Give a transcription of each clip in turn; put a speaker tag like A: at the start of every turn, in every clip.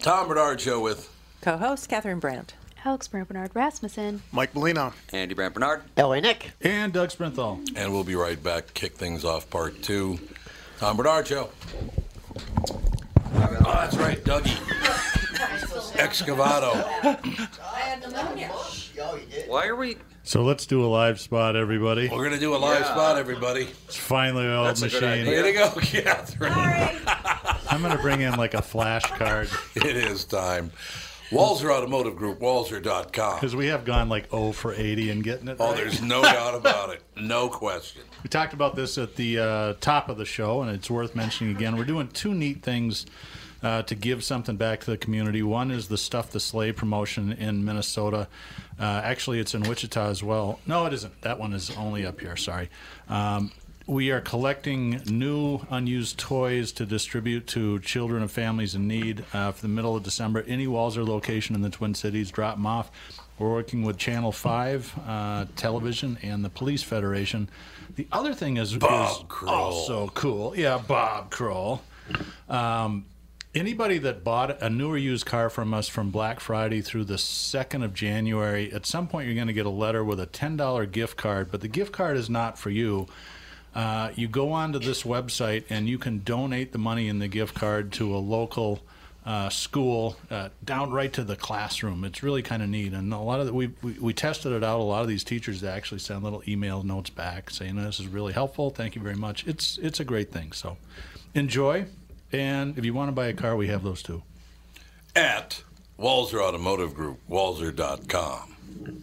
A: Tom Bernard Show with
B: Co-host Catherine Brandt.
C: Alex Brandt Bernard Rasmussen.
D: Mike Molina.
E: Andy Brandt Bernard.
F: L.A. Nick.
G: And Doug Sprinthal.
A: And we'll be right back. Kick things off part two. Tom Bernard Show. Oh, that's right, Dougie. Excavado.
E: Why are we?
G: So let's do a live spot, everybody.
A: We're going to do a live
E: Yeah.
A: spot, everybody.
G: It's finally an old
E: That's a good
G: machine.
E: idea.
A: Here to go, Catherine.
G: I'm going to bring in like a flashcard
A: It is time. Walzer Automotive Group, walzer.com.
G: because we have gone like 0 for 80 and getting it.
A: Oh,
G: right.
A: there's no doubt about it. No question.
G: We talked about this at the uh, top of the show, and it's worth mentioning again. We're doing two neat things uh, to give something back to the community. One is the Stuff the Sleigh promotion in Minnesota. Uh, actually, it's in Wichita as well. No, it isn't. That one is only up here. Sorry. Um, we are collecting new unused toys to distribute to children and families in need uh, for the middle of December. Any Walzer location in the Twin Cities, drop them off. We're working with Channel 5 uh, Television and the Police Federation. The other thing is, is
A: Bob Kroll.
G: also cool. Yeah, Bob Kroll. Um, anybody that bought a new or used car from us from Black Friday through the 2nd of January, at some point you're going to get a letter with a $10 gift card, but the gift card is not for you. Uh, you go onto this website and you can donate the money in the gift card to a local uh, school, uh, down right to the classroom. It's really kind of neat. And a lot of the, we, we we tested it out. A lot of these teachers they actually send little email notes back saying this is really helpful. Thank you very much. It's it's a great thing. So enjoy. And if you want to buy a car, we have those too.
A: At Walzer Automotive Group, walzer.com.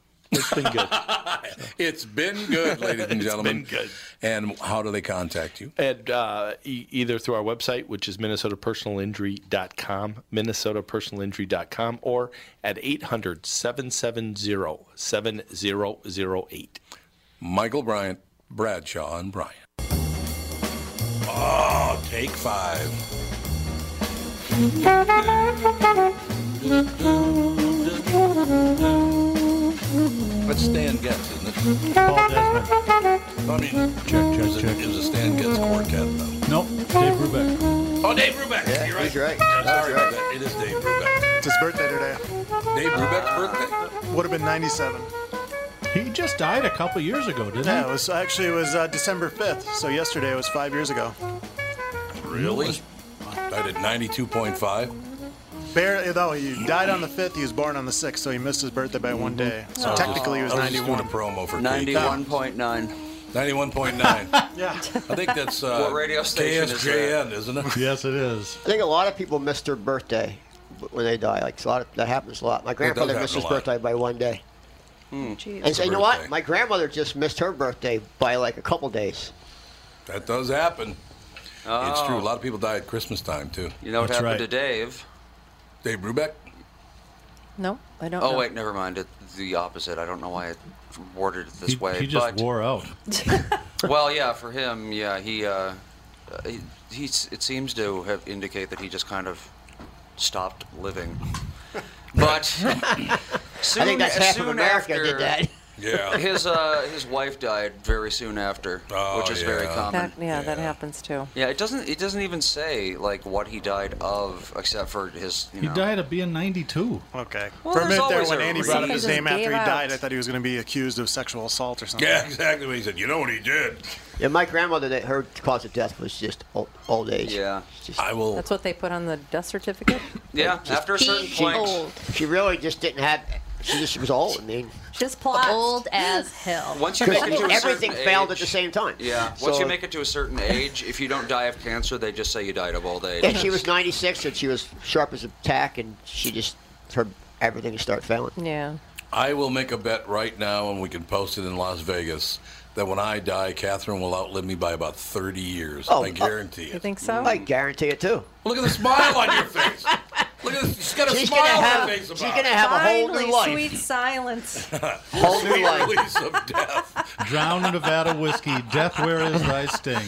D: It's been good.
A: It's been good, ladies and gentlemen.
D: good.
A: And how do they contact you?
D: And uh, e- either through our website, which is minnesotapersonalinjury.com, minnesotapersonalinjury.com, or at 800 770 7008.
A: Michael Bryant, Bradshaw, and Bryant. Oh, take five. That's Stan Getz, isn't it?
G: Paul Desmond.
A: I mean,
G: Check,
A: it was
G: check,
A: a,
G: check.
A: it was a Stan Getz quartet, though.
G: Nope. Dave Rubeck.
A: Oh, Dave Brubeck.
F: Yeah,
A: You're right.
F: he's right.
A: I'm
F: That's
A: sorry about
F: right.
A: that. It is Dave Brubeck.
H: It's his birthday today.
A: Dave Brubeck's birthday?
H: Would have been 97.
G: He just died a couple years ago, didn't
H: Yeah, it
G: he?
H: was actually it was uh, December 5th, so yesterday was five years ago.
A: Really? I did 92.5.
H: Barely, though he died on the 5th, he was born on the 6th, so he missed his birthday by one day. So technically he was
A: Mm-hmm. Oh, I was just doing a
H: 91.
A: promo for Pete.
E: Ninety-one point nine.
A: 91.9.
H: Yeah.
A: I think that's uh,
E: What radio station is
A: KSJN, isn't it?
G: Yes, it is.
F: I think a lot of people miss their birthday when they die. Like a lot of, that happens a lot. My grandfather
A: happen
F: missed
A: a
F: his
A: lot.
F: birthday by one day.
C: Jeez.
F: Hmm. And so, you know
A: birthday.
F: what? My grandmother just missed her birthday by like a couple days.
A: That does happen. It's
E: Oh.
A: true. A lot of people die at Christmas time, too.
E: You know what
G: That's
E: happened Uh-huh.
G: right.
E: to Dave?
A: Dave Brubeck?
B: No, I don't.
E: Oh
B: know.
E: wait, never mind. It's the opposite. I don't know why I worded it this
G: He,
E: way.
G: he just
E: but,
G: wore out.
E: Well, yeah, for him, yeah, he, uh, uh, he he's, it seems to have indicate that he just kind of stopped living. But soon,
F: I think that's half
E: soon
F: of America
E: after,
F: did that.
A: Yeah.
E: His uh, his wife died very soon after,
A: Oh,
E: which is very
A: yeah.
E: common.
B: That, yeah, that happens too.
E: Yeah, it doesn't it doesn't even say like what he died of, except for his. You
G: He
E: know.
G: died of being 92.
H: Okay.
E: Well,
H: For a
E: there's
H: minute there,
E: always
H: when
E: a
H: Andy brought up
E: reason.
H: his
B: Just
H: name after he
B: gave out.
H: died, I thought he was going to be accused of sexual assault or something.
A: Yeah, exactly. What he said, you know what he did?
F: Yeah, my grandmother, that her cause of death was just old, old age.
E: Yeah.
F: It's just-
A: I will.
B: That's what they put on the death certificate.
E: Yeah, after a certain
C: Be
E: point,
C: old.
F: she really just didn't have. She just was old. I mean,
B: Just plot.
C: Old as hell.
E: once you make it to a
F: everything
E: certain
F: failed
E: age,
F: at the same time.
E: Yeah, once
F: So-
E: you make it to a certain age, if you don't die of cancer, they just say you died of old age.
F: And she was 96, and she was sharp as a tack, and she just her everything started failing.
B: Yeah.
A: I will make a bet right now, and we can post it in Las Vegas that when I die, Catherine will outlive me by about 30 years.
F: Oh,
A: I
F: oh.
A: guarantee
B: You
A: it.
B: think so?
F: I guarantee it too.
A: Look at the smile on your face. Look at this. She's got a
F: She's
A: smile
F: gonna
A: on
F: have.
A: her face
F: She's
A: about
F: gonna
A: it.
F: have a whole
B: Finally,
F: new life.
B: sweet silence.
F: Whole new
A: Sweet
F: life.
A: release of death.
G: Drowned Nevada whiskey. Death, where is thy sting?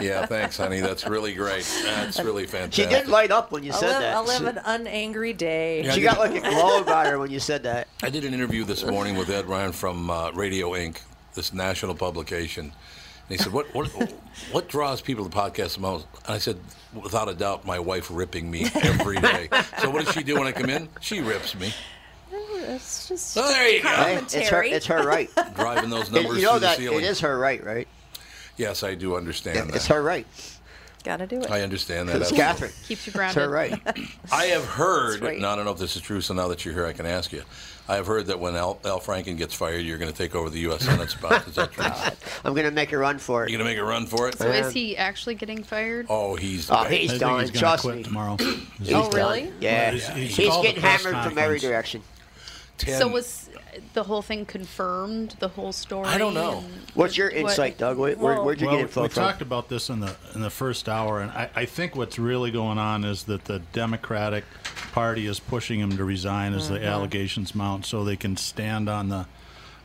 A: Yeah, thanks, honey. That's really great. That's really
F: oh. She
A: fantastic.
F: did light up when you
B: I'll
F: said
B: live,
F: that.
B: I'll live an unangry day.
F: she got like a glow about her when you said that.
A: I did an interview this morning with Ed Ryan from uh, Radio Inc., this national publication. And he said, what, what, what draws people to podcasts the most? And I said, without a doubt, my wife ripping me every day. so what does she do when I come in? She rips me.
B: It's just
A: Oh, there you go.
F: Hey, it's her.
B: Commentary.
F: It's her right.
A: Driving those
F: It-
A: numbers
F: you know
A: through
F: that
A: the
F: it
A: ceiling.
F: is her right, right?
A: Yes, I do understand
F: It's
A: that.
F: her right.
B: gotta do it.
A: I understand that.
F: It's
A: absolutely.
F: Catherine.
C: Keeps you
F: It's
C: grounded.
F: her right.
A: I have heard,
B: right.
A: and I don't know if this is true, so now that you're here, I can ask you. I have heard that when Al, Al Franken gets fired, you're going to take over the U.S. Senate spot. Is that true?
F: I'm gonna make a run for it.
A: you going to make a run for it?
C: So is he actually getting fired?
A: Oh, he's.
F: Oh,
A: the best.
F: he's
G: I
F: done.
G: think he's going to
F: Trust
G: quit
F: me.
G: tomorrow.
F: He's
B: Oh,
F: done.
B: really?
F: Yeah.
G: He's- he's
F: He's,
G: called
F: getting
G: the press
F: hammered from every
G: conference.
F: direction.
A: Ten.
C: So was the whole thing confirmed? The whole story?
A: I don't know.
C: and
F: What's your
C: what-
F: insight, Doug? Where, where,
B: Well-
F: where'd you
G: well,
F: get info
G: we
F: from?
G: talked about this in the in the first hour, and I, I think what's really going on is that the Democratic Party is pushing him to resign as
F: Mm-hmm.
G: the allegations mount, so they can stand on the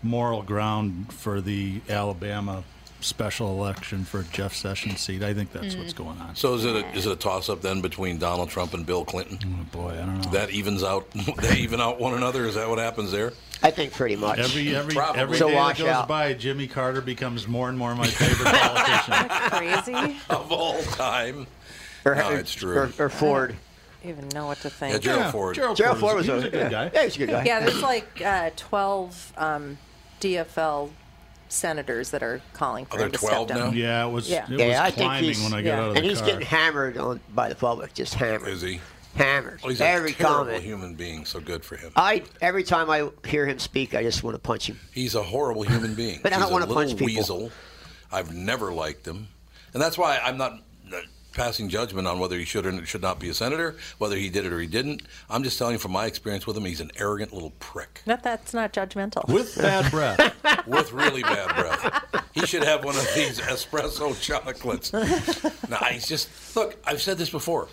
G: moral ground for the Alabama special election for Jeff Sessions' seat. I think that's
F: Mm.
G: what's going on.
A: So is it a, is it a toss up then between Donald Trump and Bill Clinton?
G: Oh, boy, I don't know.
A: That evens out. They even out one another. Is that what happens there?
F: I think pretty much.
G: Every every
A: Probably.
G: every
F: So
G: day that
F: wash
G: goes
F: out.
G: by, Jimmy Carter becomes more and more my favorite politician.
B: Crazy. I
A: Of all time.
F: or,
A: No, it's true.
F: Or, or Ford.
B: don't even know what to
A: Yeah,
B: think.
A: Gerald Ford.
F: Gerald Ford was,
G: he
F: a,
G: was a good
F: yeah.
G: guy.
F: Yeah, he was a good guy.
B: Yeah, there's like uh, 12 um, DFL senators that are calling for
A: Are there
B: him to
A: 12
B: step
A: now?
B: down.
G: Yeah, it was.
B: Yeah.
G: It
F: Yeah,
G: was
F: I think
G: climbing
F: he's-
G: when I got
B: yeah.
G: out of the
F: And he's
G: car.
F: getting hammered on by the public, just hammered.
A: Is he?
F: Hammered.
A: Well, he's
F: every
A: a terrible
F: comment.
A: human being. So good for him.
F: I every time I hear him speak, I just want to punch him.
A: He's a horrible human being.
F: But I
A: He's
F: don't wanna
A: a little
F: punch people.
A: weasel. I've never liked him, and that's why I'm not uh, passing judgment on whether he should or should not be a senator, whether he did it or he didn't. I'm just telling you from my experience with him, he's an arrogant little prick
B: Not that's not judgmental.
G: with bad breath.
A: with really bad breath. He should have one of these espresso chocolates. Now he's just look. I've said this before.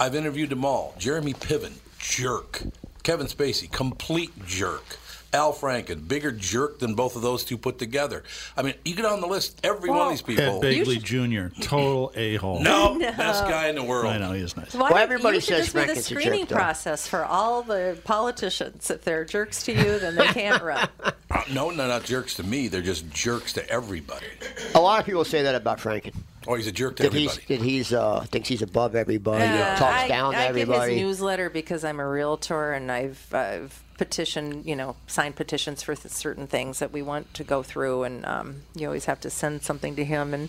A: I've interviewed them all. Jeremy Piven, jerk. Kevin Spacey, complete jerk. Al Franken, bigger jerk than both of those two put together. I mean, you get on the list, every one of these
G: Ted
A: people.
G: Bagley Jr. Total a hole.
A: no, best guy in the world.
G: I know he is nice.
B: Why
F: Well,
B: don't-
F: everybody
B: you should just
F: says
B: do the
F: Rankin's a jerk,
B: screening
F: though.
B: process for all the politicians. If they're jerks to you, then they can't run.
A: Uh, no, they're not jerks to me. They're just jerks to everybody.
F: A lot of people say that about Franken.
A: Or Oh, he's a jerk to
F: That he's
A: everybody.
F: that he's uh thinks he's above everybody,
B: Uh,
F: Oh, talks
B: I,
F: down to
B: I get
F: everybody.
B: his newsletter because I'm a realtor and I've, I've petitioned, you know, signed petitions for th- certain things that we want to go through, and um, you always have to send something to him and.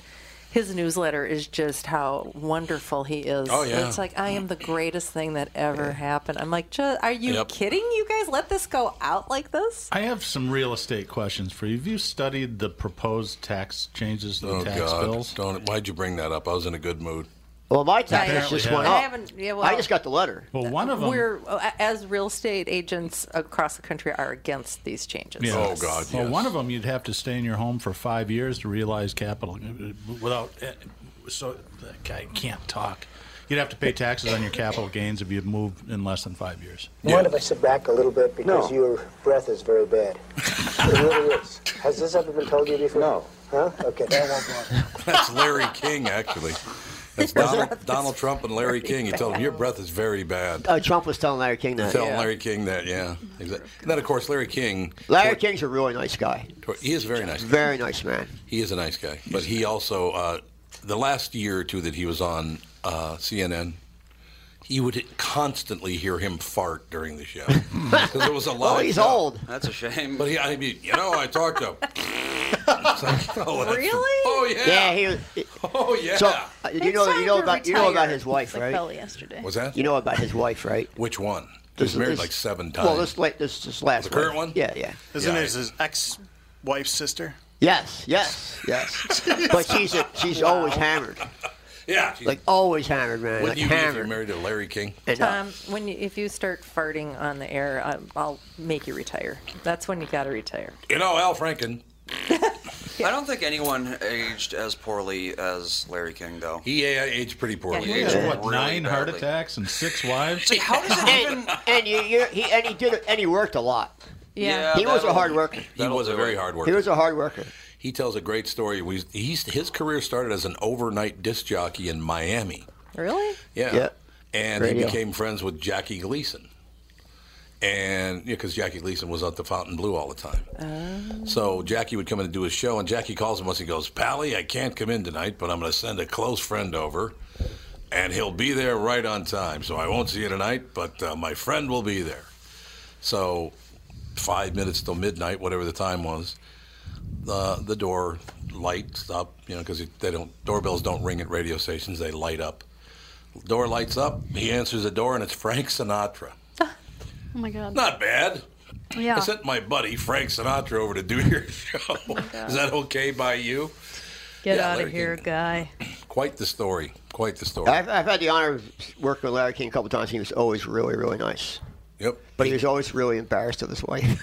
B: His newsletter is just how wonderful he is.
A: Oh, yeah.
B: It's like I am the greatest thing that ever happened. I'm like, "Ju- are you
A: Yep.
B: kidding? You guys let this go out like this?
G: I have some real estate questions for you. Have you studied the proposed tax changes to the
A: Oh
G: tax
A: God!
G: bills?
A: Don't, why'd you bring that up? I was in a good mood.
F: well, my taxes
G: Apparently
F: just
G: have.
F: went
B: I
F: up.
B: haven't. Yeah, well,
F: I just got the letter.
G: Well, one of them.
B: We're as real estate agents across the country are against these changes.
G: Yeah.
A: Oh God!
G: Well,
A: yes.
G: one of them you'd have to stay in your home for five years to realize capital uh, without. uh, So that guy can't talk. You'd have to pay taxes on your capital gains if you moved in less than five years.
I: Mind if I sit back a little bit because your breath is very bad. it really is. Has this ever been told to you before? No. Huh? Okay.
A: That's Larry King, actually. That's Donald, Donald Trump and Larry King. He told him, Your breath is very bad.
F: Uh, Trump was telling Larry King that.
A: Tell Larry King that, yeah. Exactly. And then, of course, Larry King,
F: Larry King's a really nice guy.
A: he is a very nice. guy.
F: Very nice man.
A: He is a nice guy. But he also, uh, the last year or two that he was on uh, CNN, you would constantly hear him fart during the show. Because it was a
F: Oh,
A: live
F: he's
A: show.
F: old.
E: That's a shame.
A: But he, I mean, you know, I talked to. It's like, oh, that's-
B: Really?
A: Oh yeah.
F: Yeah, he was.
A: Oh yeah.
F: So uh, you know you know about you know about his wife,
C: like
F: right?
C: Bella yesterday.
A: Was that?
F: You know about his wife, right?
A: Which one? He
F: This-
A: was married
F: this-
A: like seven times.
F: Well, this late this this last
A: The current one?
F: Yeah, yeah.
H: Isn't
A: Yeah.
H: it his ex-wife's sister?
F: Yes, yes, yes. but she's a, she's always hammered,
A: yeah.
F: like always hammered, man, like
A: Wouldn't you be if you're
F: hammered.
A: married to Larry King?
F: And, uh,
B: Tom, Um, when you, if you start farting on the air, I, I'll make you retire. That's when you got to retire.
A: You know, Al Franken.
E: I don't think anyone aged as poorly as Larry King, though.
A: He uh, aged pretty poorly.
B: Yeah, he
E: He
G: There's,
E: aged
G: what,
E: really
G: nine heart
E: badly.
G: attacks and six wives?
E: How does it even?
F: and, and you, you he and he did and he worked a lot.
E: Yeah,
F: He was a
E: that'll-
F: hard worker.
A: He was a very hard worker.
F: He was a hard worker.
A: He tells a great story. We, he's, his career started as an overnight disc jockey in Miami.
B: Really?
A: Yeah.
F: Yeah.
A: And
F: Great
A: he
F: deal.
A: became friends with Jackie Gleason. And because Jackie Gleason was at the Fountain Blue all the time. So Jackie would come in and do his show, and Jackie calls him once and goes, Pally, I can't come in tonight, but I'm going to send a close friend over, and he'll be there right on time. So I won't see you tonight, but uh, my friend will be there. So five minutes till midnight, whatever the time was, uh, the door lights up, you know, because they don't, doorbells don't ring at radio stations, they light up. Door lights up. He answers the door, and it's Frank Sinatra.
C: Oh my god.
A: Not bad.
C: yeah.
A: I sent my buddy Frank Sinatra over to do your show.
B: Oh
A: Is that okay by you?
C: Get
A: yeah,
C: out
A: Larry
C: of here,
A: King.
C: guy.
A: Quite the story. Quite the story.
F: I've, I've had the honor of working with Larry King a couple times. He was always really, really nice.
A: yep.
F: But he was always really embarrassed of his wife.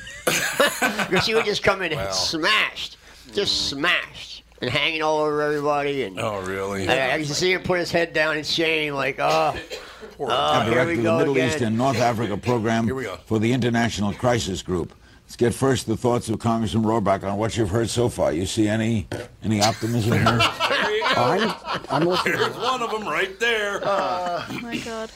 F: Because she would just come in
A: Wow. Mm.
F: smashed, just smashed, and hanging all over everybody. And
A: Oh, really?
F: I, I used to see him put his head down in shame, like, oh,
A: Poor-
F: oh here
J: Director
F: we
J: of
F: go
J: the Middle
F: again.
J: East and North Africa program
A: Here we go.
J: for the International Crisis Group. Let's get first the thoughts of Congressman Rohrbach on what you've heard so far. You see any any optimism here?
A: there you go.
J: I'm, I'm listening.
A: There's one of them right there.
C: Oh my god.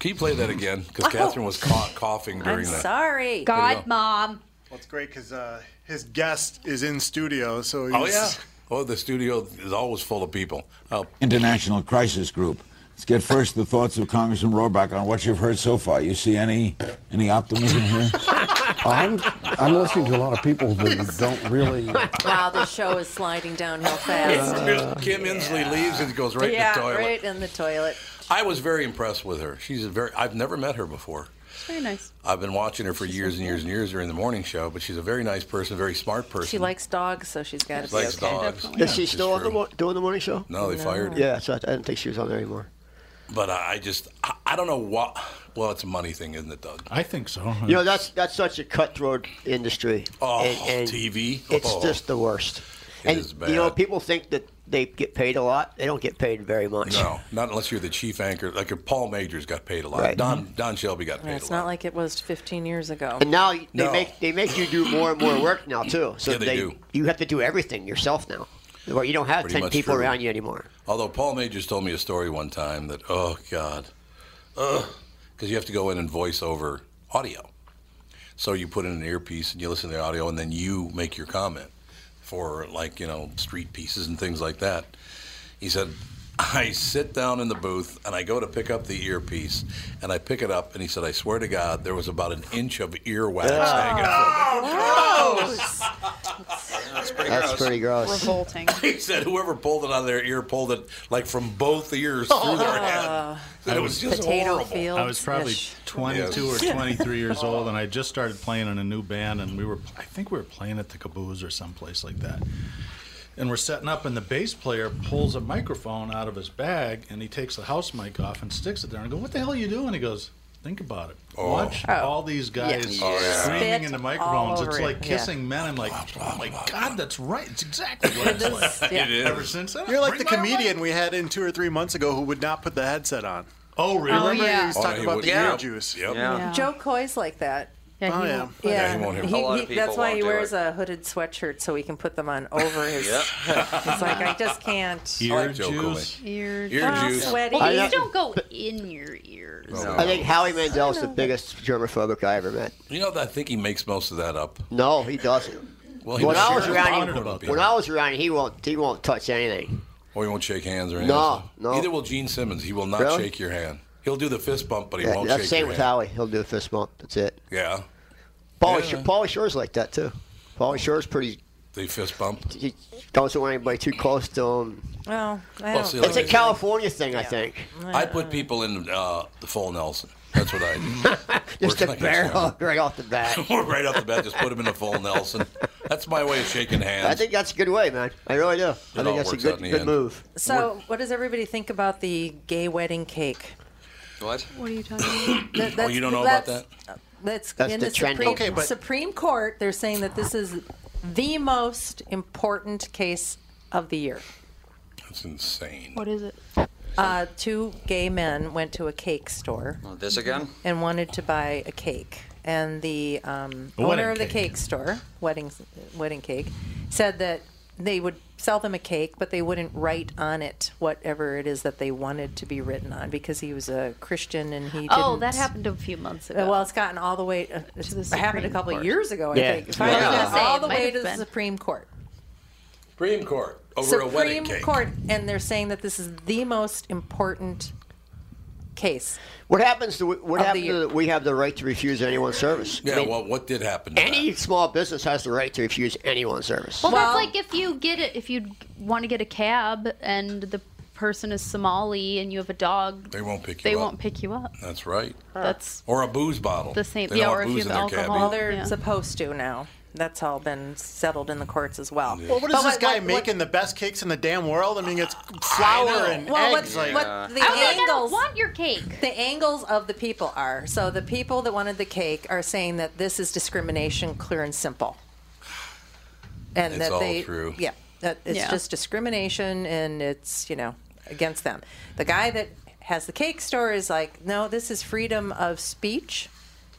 A: Can you play that again? Because Catherine was caught coughing
B: Oh. I'm
A: during that.
B: sorry.
A: you
C: God,
A: go.
C: mom.
H: Well, it's great because uh, his guest is in studio, so he's,
A: Oh yeah. Oh, the studio is always full of people. Oh,
J: International Crisis Group. Let's get first the thoughts of Congressman Rohrbach on what you've heard so far. You see any any optimism here?
I: I'm, I'm listening to a lot of people that don't really.
B: Wow, the show is sliding downhill fast. Oh,
A: Here's Kim Inslee leaves and goes right
B: yeah,
A: in the toilet.
B: right in the toilet.
A: I was very impressed with her. She's a very. I've never met her before.
C: It's very nice.
A: I've been watching her for years and years and years during the morning show, but she's a very nice person, very smart person.
B: She likes dogs, so she's got to be okay.
A: Likes dogs.
C: Definitely.
F: Is she
A: It's
F: still on the,
A: true.
F: mo- doing the morning show?
A: No, they fired her.
F: Yeah, so I, I didn't think she was on there anymore.
A: But I I just, I, I don't know what. Well, it's a money thing, isn't it, Doug?
G: I think so.
F: You know, that's that's such a cutthroat industry.
A: Oh,
F: And- and
A: TV.
F: It's
A: Oh.
F: just the worst.
A: It
F: and
A: is
F: you know,
A: bad.
F: people think that they get paid a lot. They don't get paid very much.
A: No, not unless you're the chief anchor. Like your Paul Majors got paid a lot.
F: Right. Mm-hmm.
A: Don Don Shelby got paid
B: It's
A: a lot.
B: not like it was 15 years ago.
F: And now they
A: No.
F: make they make you do more and more work now too. So
A: Yeah, they do.
F: You have to do everything yourself now. Well, you don't have
A: Pretty
F: ten
A: much
F: people
A: true.
F: around you anymore.
A: Although Paul Majors told me a story one time that, oh God, because you have to go in and voice over audio. So you put in an earpiece and you listen to the audio, and then you make your comment for like you know street pieces and things like that. He said, I sit down in the booth and I go to pick up the earpiece and I pick it up, and he said, I swear to God, there was about an inch of earwax hanging. from it."
B: Gross.
E: That's pretty
F: That's
E: gross.
F: pretty gross.
C: Oh, Revolting.
A: He said, whoever pulled it out of their ear pulled it like from both ears through their head. And it Ah. was just
B: Potato
A: horrible.
B: field.
G: I was probably 22 or 23 years old, and I just started playing in a new band, and we were, I think we were playing at the Caboose or someplace like that. And we're setting up, and the bass player pulls a microphone out of his bag, and he takes the house mic off and sticks it there, and I go, "What the hell are you doing?" He goes, "Think about it.
A: Oh.
G: Watch all these guys
B: Yeah. Oh, yeah.
G: screaming
B: Spit
G: into
B: all
G: microphones. It's
B: over
G: like
B: it, yeah.
G: kissing men." I'm like, "Oh my god, that's right. It's exactly what it's like."
B: Yeah.
A: It is.
G: Ever since then,
H: You're like the
G: bring that away.
H: comedian we had in two or three months ago who would not put the headset on.
G: Oh, really?
C: Oh,
H: Remember
C: yeah.
H: he was
A: Oh, no,
H: talking
A: he
H: about
A: would-
H: the
E: Yeah.
H: ear juice.
A: Yep.
E: Yeah.
B: Joe Coy's like that. Yeah,
H: Oh,
B: he
H: yeah.
B: won't-
H: Yeah,
B: yeah.
H: he won't hear
B: He-
H: it. A lot of
B: he-
H: people
B: that's why
H: won't
B: he
H: do
B: wears a hooded sweatshirt so he can put them on over his. it's like I just can't.
H: Ear I like Joe juice.
C: Ear,
F: Ear
C: juice.
F: juice.
C: Well,
F: I
C: these
F: got-
C: don't go in your ears.
F: I think Howie Mandel's the biggest germophobic I ever met.
A: You know, that- I think he makes most of that up.
F: No, he doesn't.
A: Well, he
F: when
A: was
F: I was
A: sure
F: around
A: bothered
F: him,
A: about
F: when
A: that.
F: I was around him, he won't he won't touch anything.
A: Or he won't shake hands or
F: No,
A: anything.
F: no.
A: Neither will Gene Simmons. He will not
F: Really?
A: shake your hand. He'll do the fist bump, but he
F: Yeah,
A: won't
F: that's the
A: shake
F: same
A: your
F: with
A: hand.
F: Howie. He'll do a fist bump. That's it.
A: Yeah.
F: Paulie,
A: Yeah. Oh.
F: Sh- Paulie Shore's like that too. Paulie Shore's pretty.
A: They fist bump.
F: He doesn't want anybody too close to him.
B: Well, I
A: Well,
B: don't
A: see,
B: think
A: like
F: It's a California thing, I think.
A: I put people in uh, the full Nelson. That's what I do.
F: Just
A: We're
F: a
A: like
F: bear
A: this,
F: hug right off the bat.
A: you know, right off the bat, just put them in a full Nelson. That's my way of shaking hands.
F: I think that's a good way, man. I really do. I
A: all
F: think that's a
A: works out
F: good
A: in the
F: good
A: end.
F: move.
B: So, what does everybody think about the gay wedding cake?
E: What?
B: What are you talking about? that,
A: oh, you don't know about that?
B: That's,
A: That's
B: in
A: the
B: the,
A: trending.
B: Supreme,
A: Okay, but-
B: Supreme Court. They're saying that this is the most important case of the year.
A: That's insane.
C: What is it?
B: Uh, two gay men went to a cake store
E: Oh, This again?
B: and wanted to buy a cake. And the um,
E: A
B: owner
E: wedding
B: of the
E: cake.
B: cake store, wedding wedding cake, said that they would sell them a cake, but they wouldn't write on it whatever it is that they wanted to be written on because he was a Christian and he.
C: Oh,
B: didn't-
C: that happened a few months ago.
B: Uh, Well, it's gotten all the way. Uh, it's happened a
C: Supreme
B: couple
C: Court.
B: years ago, I
C: Yeah.
B: think. It's
C: Yeah.
B: finally
C: I was
B: gotten
C: gonna say,
B: all
C: it
B: the
C: might
B: way
C: have
B: to the
C: been.
B: Supreme Court.
A: Supreme Court over
B: Supreme
A: a wedding cake.
B: Court, and they're saying that this is the most important case.
F: What happens to what
B: Of the
F: happens
B: year.
F: to we have the right to refuse anyone service?
A: Yeah, well, what did happen?
F: Any small business has the right to refuse anyone service.
C: Well, that's like if you get it, if you want to get a cab and the person is Somali and you have a dog,
A: They won't pick you
C: they
A: up.
C: won't pick you up.
A: That's right.
C: That's-
A: or a booze bottle.
C: The same-
A: They don't
C: yeah, or if
A: booze
C: you have
A: in their
C: alcohol,
A: cabbie.
B: They're supposed to now. That's all been settled in the courts as well.
H: Well, what is
B: But
H: this guy
B: what- what-
H: making the best cakes in the damn world? I mean, it's flour and
B: well,
H: eggs.
B: What,
H: like,
B: what the
C: I was like, I don't
B: angles?
C: want your cake.
B: The angles of the people are so the people that wanted the cake are saying that this is discrimination, clear and simple, and
A: It's
B: that
A: all
B: they
A: true.
B: yeah that it's
C: Yeah.
B: just discrimination and it's you know against them. The guy that has the cake store is like, no, this is freedom of speech.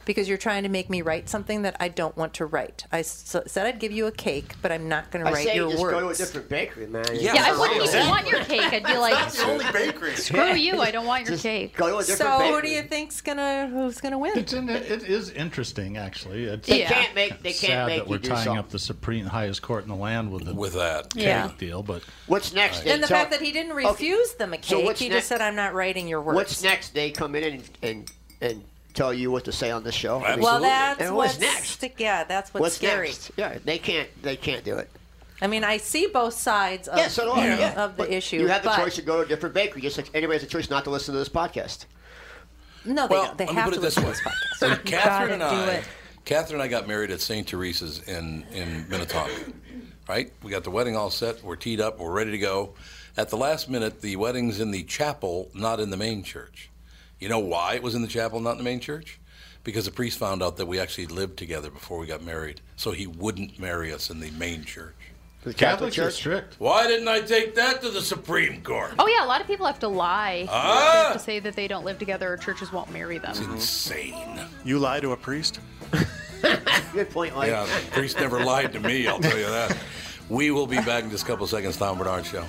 B: Because you're trying to make me write something that I don't want to write. I s- said I'd give you a cake, but I'm not going to
F: I
B: write
F: say
B: your
F: just
B: words.
F: go to a different bakery, man.
B: Yeah,
C: Yeah, I
B: for
C: wouldn't
B: real.
C: even want your cake. I'd be like,
H: the only bakery.
C: screw you, I don't want your cake.
F: go to a
B: so who do you think's gonna who's gonna win?
G: It's in, it is interesting, actually. It's
B: They can't make- they
G: it's
B: can't
G: sad
B: make
G: that
B: you
G: we're
B: do
G: tying
B: something.
G: up the supreme highest court in the land with the
A: with that
G: cake
B: Yeah.
G: deal. But
F: what's next?
B: And the
F: They
B: fact
F: tell-
B: that he didn't refuse them a cake,
F: So what's
B: he
F: next?
B: just said, "I'm not writing your words."
F: what's next? They come in and and, and tell you what to say on the show. I mean,
B: Well, that's
F: and
B: what's
F: what's next.
B: Yeah, that's what's,
F: What's
B: scary.
F: next? Yeah, they can't they can't do it.
B: I mean, I see both sides of,
F: Yeah, so do I.
B: you know,
F: yeah.
B: of the
F: But
B: issue.
F: You have the
B: but
F: choice to go to a different bakery, just like anybody has a choice not to listen to this podcast.
B: No, they, don't. they
A: Let me
B: have
A: put
B: to
A: it this
B: listen to
A: way.
B: this podcast.
A: When
B: You gotta
A: Catherine and
B: do
A: I,
B: it.
A: Catherine and I got married at St. Teresa's in in Minnetonka. Right, we got the wedding all set. We're teed up. We're ready to go. At the last minute, the wedding's in the chapel, not in the main church. You know why it was in the chapel, not in the main church? Because the priest found out that we actually lived together before we got married, so he wouldn't marry us in the main church.
F: The
G: Catholics are strict.
A: Why didn't I take that to the Supreme Court?
C: Oh yeah, a lot of people have to lie. They
A: Ah!
C: have to say that they don't live together or churches won't marry them.
A: Insane.
H: You lie to a priest?
F: Good point, Mike.
A: Yeah, the priest never lied to me, I'll tell you that. We will be back in just a couple of seconds, Tom Bernard Show.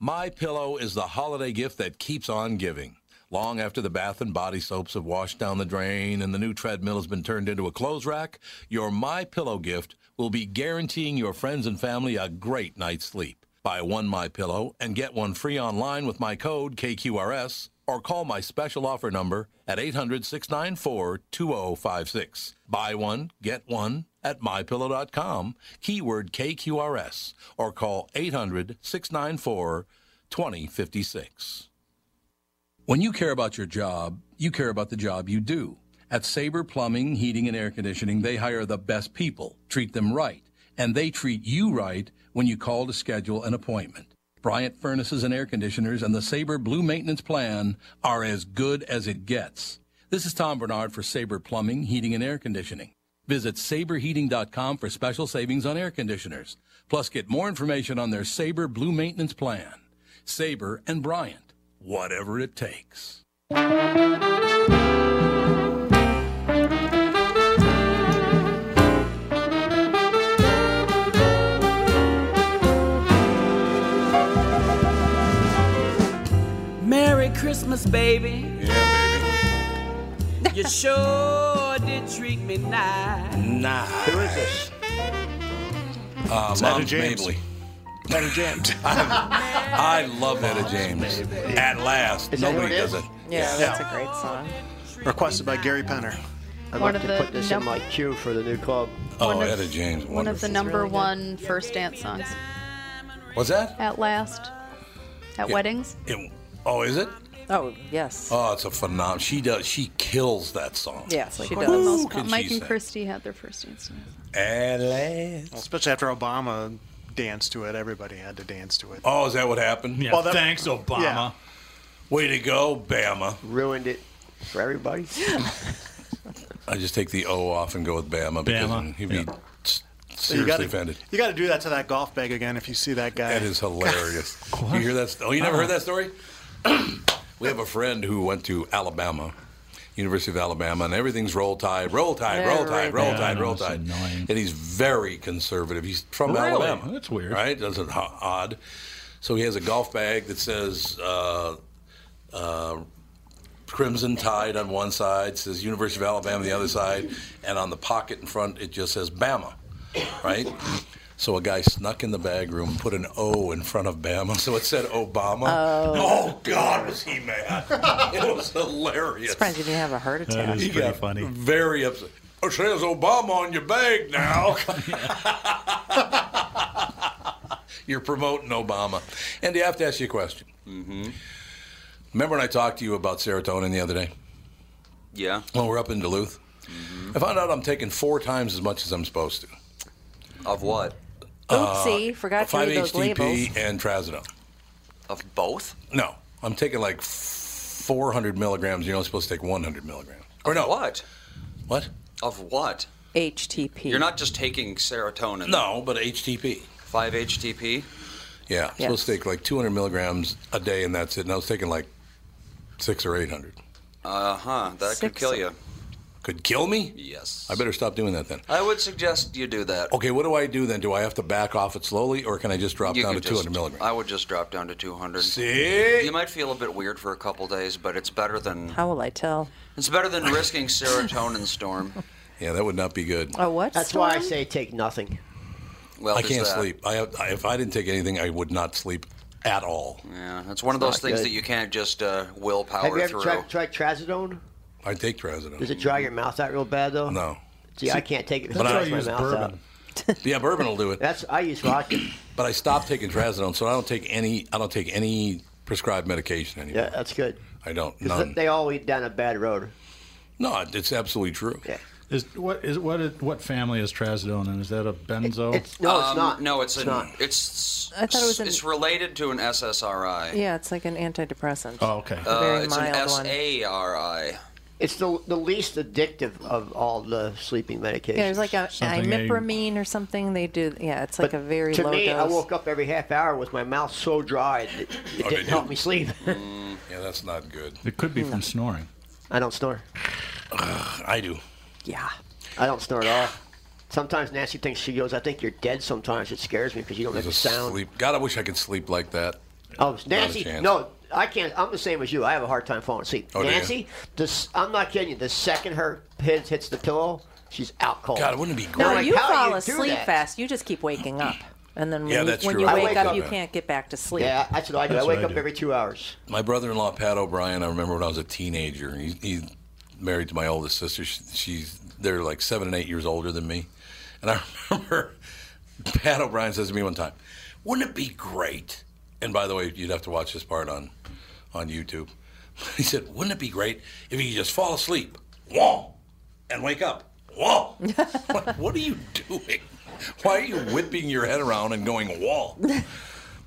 A: My Pillow is the holiday gift that keeps on giving. Long after the bath and body soaps have washed down the drain and the new treadmill has been turned into a clothes rack, your My Pillow gift will be guaranteeing your friends and family a great night's sleep. Buy one My Pillow and get one free online with my code KQRS or call my special offer number at 800-694-2056. Buy one, get one at mypillow.com, keyword KQRS, or call 800-694-2056. When you care about your job, you care about the job you do. At Sabre Plumbing, Heating and Air Conditioning, they hire the best people, treat them right, and they treat you right when you call to schedule an appointment. Bryant Furnaces and Air Conditioners and the Sabre Blue Maintenance Plan are as good as it gets. This is Tom Bernard for Sabre Plumbing, Heating and Air Conditioning. Visit saberheating.com for special savings on air conditioners. Plus, get more information on their Sabre Blue Maintenance Plan. Sabre and Bryant, whatever it takes.
K: Christmas, baby. Yeah, baby. you sure did treat me nice.
A: Nah. Who is
F: this?
A: Uh,
F: It's
A: Mom
F: Etta James.
A: Mabley.
H: Etta James.
A: I love Etta James. At last.
H: Is that who
A: Nobody
H: it
A: does
H: is?
A: it.
B: Yeah, that's a
H: Oh,
B: great song.
H: Requested by Gary Penner.
F: I'd
C: One
F: like
C: of
F: to
C: the
F: put this in
C: num-
F: my queue for the new club.
A: Oh, Etta James. Wonderful.
C: One of the number one first dance songs.
A: What's that?
C: At last. At
A: Yeah.
C: weddings.
A: It- oh, is it?
B: Oh, yes.
A: Oh, it's a phenomenal. She does. She kills that song.
B: Yes,
A: Like,
B: she
A: who
B: does.
A: can she
C: Mike and
A: sing?
C: Christy had their first dance.
A: At last.
H: Especially after Obama danced to it, everybody had to dance to it.
A: Oh, is that what happened?
H: Yeah, Well, that- thanks, Obama. yeah.
A: Way to go, Bama.
F: Ruined it for everybody.
A: I just take the O off and go with Bama because
G: Bama.
A: he'd be s-
H: So
A: seriously offended.
H: You got to do that to that golf bag again if you see that guy.
A: That is hilarious. you hear that? st- Oh, you never heard that story? we have a friend who went to Alabama, University of Alabama, and everything's roll tide, roll tide, roll
G: Yeah, right.
A: tide, roll
G: Yeah, I
A: tide,
G: know,
A: roll
G: it's
A: tide. And he's very conservative. He's from
G: Really?
A: Alabama.
G: That's weird.
A: right? That's an- ho- odd. So he has a golf bag that says. Uh, uh, Crimson Tide on one side says University of Alabama on the other side, and on the pocket in front it just says Bama, right? So a guy snuck in the bag room, put an O in front of Bama, so it said Obama.
B: Oh.
A: Oh, God, was he mad? It was hilarious.
B: Surprised you didn't have a heart attack.
A: he got Very upset. It says Obama on your bag now. You're promoting Obama, and they have to ask you a question.
E: Mm-hmm.
A: Remember when I talked to you about serotonin the other day?
E: Yeah. Mm-hmm.
A: When we're up in Duluth, I found out I'm taking four times as much as I'm supposed to.
E: Of what?
B: Oopsie, forgot
A: Uh,
B: to read those
A: 5-HTP
B: labels.
A: and trazodone.
E: Of both?
A: No, I'm taking like 400 milligrams. You're only supposed to take 100 milligrams. Or no.
E: What?
A: What?
E: Of what?
B: HTP.
E: You're not just taking serotonin.
A: No, but HTP.
E: 5-HTP?
A: Yeah, I'm
E: Yes.
A: supposed to take like 200 milligrams a day, and that's it. And I was taking like six or 800.
E: Uh huh. That could
A: Six
E: kill
A: of-
E: you.
A: Could kill me?
E: Yes.
A: I better stop doing that then.
E: I would suggest you do that.
A: Okay, what do I do then? Do I have to back off it slowly, or can I just drop
E: You
A: down to
E: could just-
A: 200 milligrams?
E: I would just drop down to 200.
A: See?
E: You might feel a bit weird for a couple days, but it's better than
B: How will I tell?
E: it's better than risking serotonin storm.
A: Yeah, that would not be good.
B: Oh, what?
F: That's why I say take nothing.
E: Well,
A: I
E: there's
A: can't
E: that.
A: sleep. I, I if I didn't take anything, I would not sleep at all.
E: Yeah, it's one of
F: It's
E: those
F: not
E: things
F: good.
E: that you can't just uh,
F: Have
E: willpower
F: you ever
E: through.
F: tried, tried trazodone?
A: I take trazodone.
F: Does it dry your mouth out real bad though?
A: No.
F: See, I can't take it.
A: But
F: it
A: I
F: dries my
A: use
F: mouth
A: bourbon.
F: out.
A: yeah, bourbon will do it.
F: That's I use vodka.
A: But I stopped taking trazodone, so I don't take any. I don't take any prescribed medication anymore.
F: Yeah, that's good.
A: I don't.
F: 'Cause
A: None.
F: they all lead down a bad road.
A: No, it's absolutely true.
G: Is what is what is, what family is trazodone in? Is that a benzo?
E: Um, No, it's, an, It's
B: I thought it was an-
E: it's related to an SSRI.
B: Yeah, it's like an antidepressant.
G: Oh, okay.
B: A very
E: Uh, it's an
B: mild one.
E: SARI.
F: It's the the least addictive of all the sleeping medications.
B: Yeah, there's like a imipramine or something. They do. Yeah, it's like a very
F: to
B: low
F: me,
B: dose.
F: I woke up every half hour with my mouth so dry that it
A: Oh,
F: didn't
A: did you?
F: help me sleep.
A: Mm, Yeah, that's not good.
G: It could be from snoring.
F: I don't snore.
A: I do.
F: Yeah, I don't snore at all. Sometimes Nancy thinks she goes, "I think you're dead." Sometimes it scares me because you don't make
A: There's
F: a
A: a
F: sound.
A: sleep. God, I wish I could sleep like that.
F: Oh,
A: Not a
F: Nancy,
A: chance.
F: no, I can't. I'm the same as you. I have a hard time falling asleep.
A: Oh, do you?
F: Nancy, this I'm not kidding you. The second her head hits the pillow, she's out cold.
A: God, wouldn't it be
B: No,
F: I'm like,
B: you
F: "How do
B: fall
F: do
B: asleep
F: that?"
B: fast. You just keep waking up, and then when
A: Yeah,
B: you,
A: that's
B: when
A: true.
B: you
A: I
B: wake
A: wake
B: up,
A: up,
B: you
A: yeah.
B: can't get back to sleep.
F: Yeah, that's what I do.
A: That's
F: I
A: what
F: wake
A: I
F: up
A: do.
F: every two hours.
A: My brother-in-law Pat O'Brien. I remember when I was a teenager. He, he's married to my oldest sister. She, she's they're like seven and eight years older than me, and I remember Pat O'Brien says to me one time, "Wouldn't it be great?" And by the way, you'd have to watch this part on on YouTube. He said, "Wouldn't it be great if you could just fall asleep, whoa, and wake up, whoa?" like, what are you doing? Why are you whipping your head around and going whoa?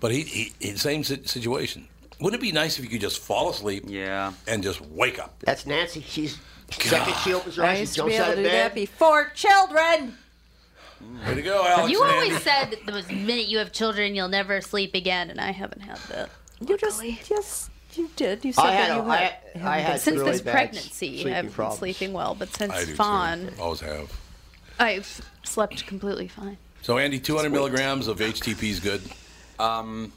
A: But he, he, he same si- situation. Wouldn't it be nice if you could just fall asleep?
E: Yeah.
A: And just wake up.
F: That's Nancy. She's second she opens her
B: I
F: eyes, she
B: used to be
F: jumps
B: able
F: out
B: to do
F: of bed.
B: that before children.
A: Way to go, Oh, Alex.
C: you
A: and
C: always
A: Andy.
C: said that the minute you have children, you'll never sleep again, and I haven't had that.
B: You just yes, you did. You said
F: I had
B: that
F: a-
B: you had.
F: I- I had
C: since
F: really
C: this
F: bad
C: pregnancy,
F: sleeping
C: I've been
F: problems.
C: sleeping well, but
A: I do
C: since
A: too.
C: Fawn,
A: Always have.
C: I've slept completely fine.
A: So Andy, 200 milligrams of HTP is good.
E: Um,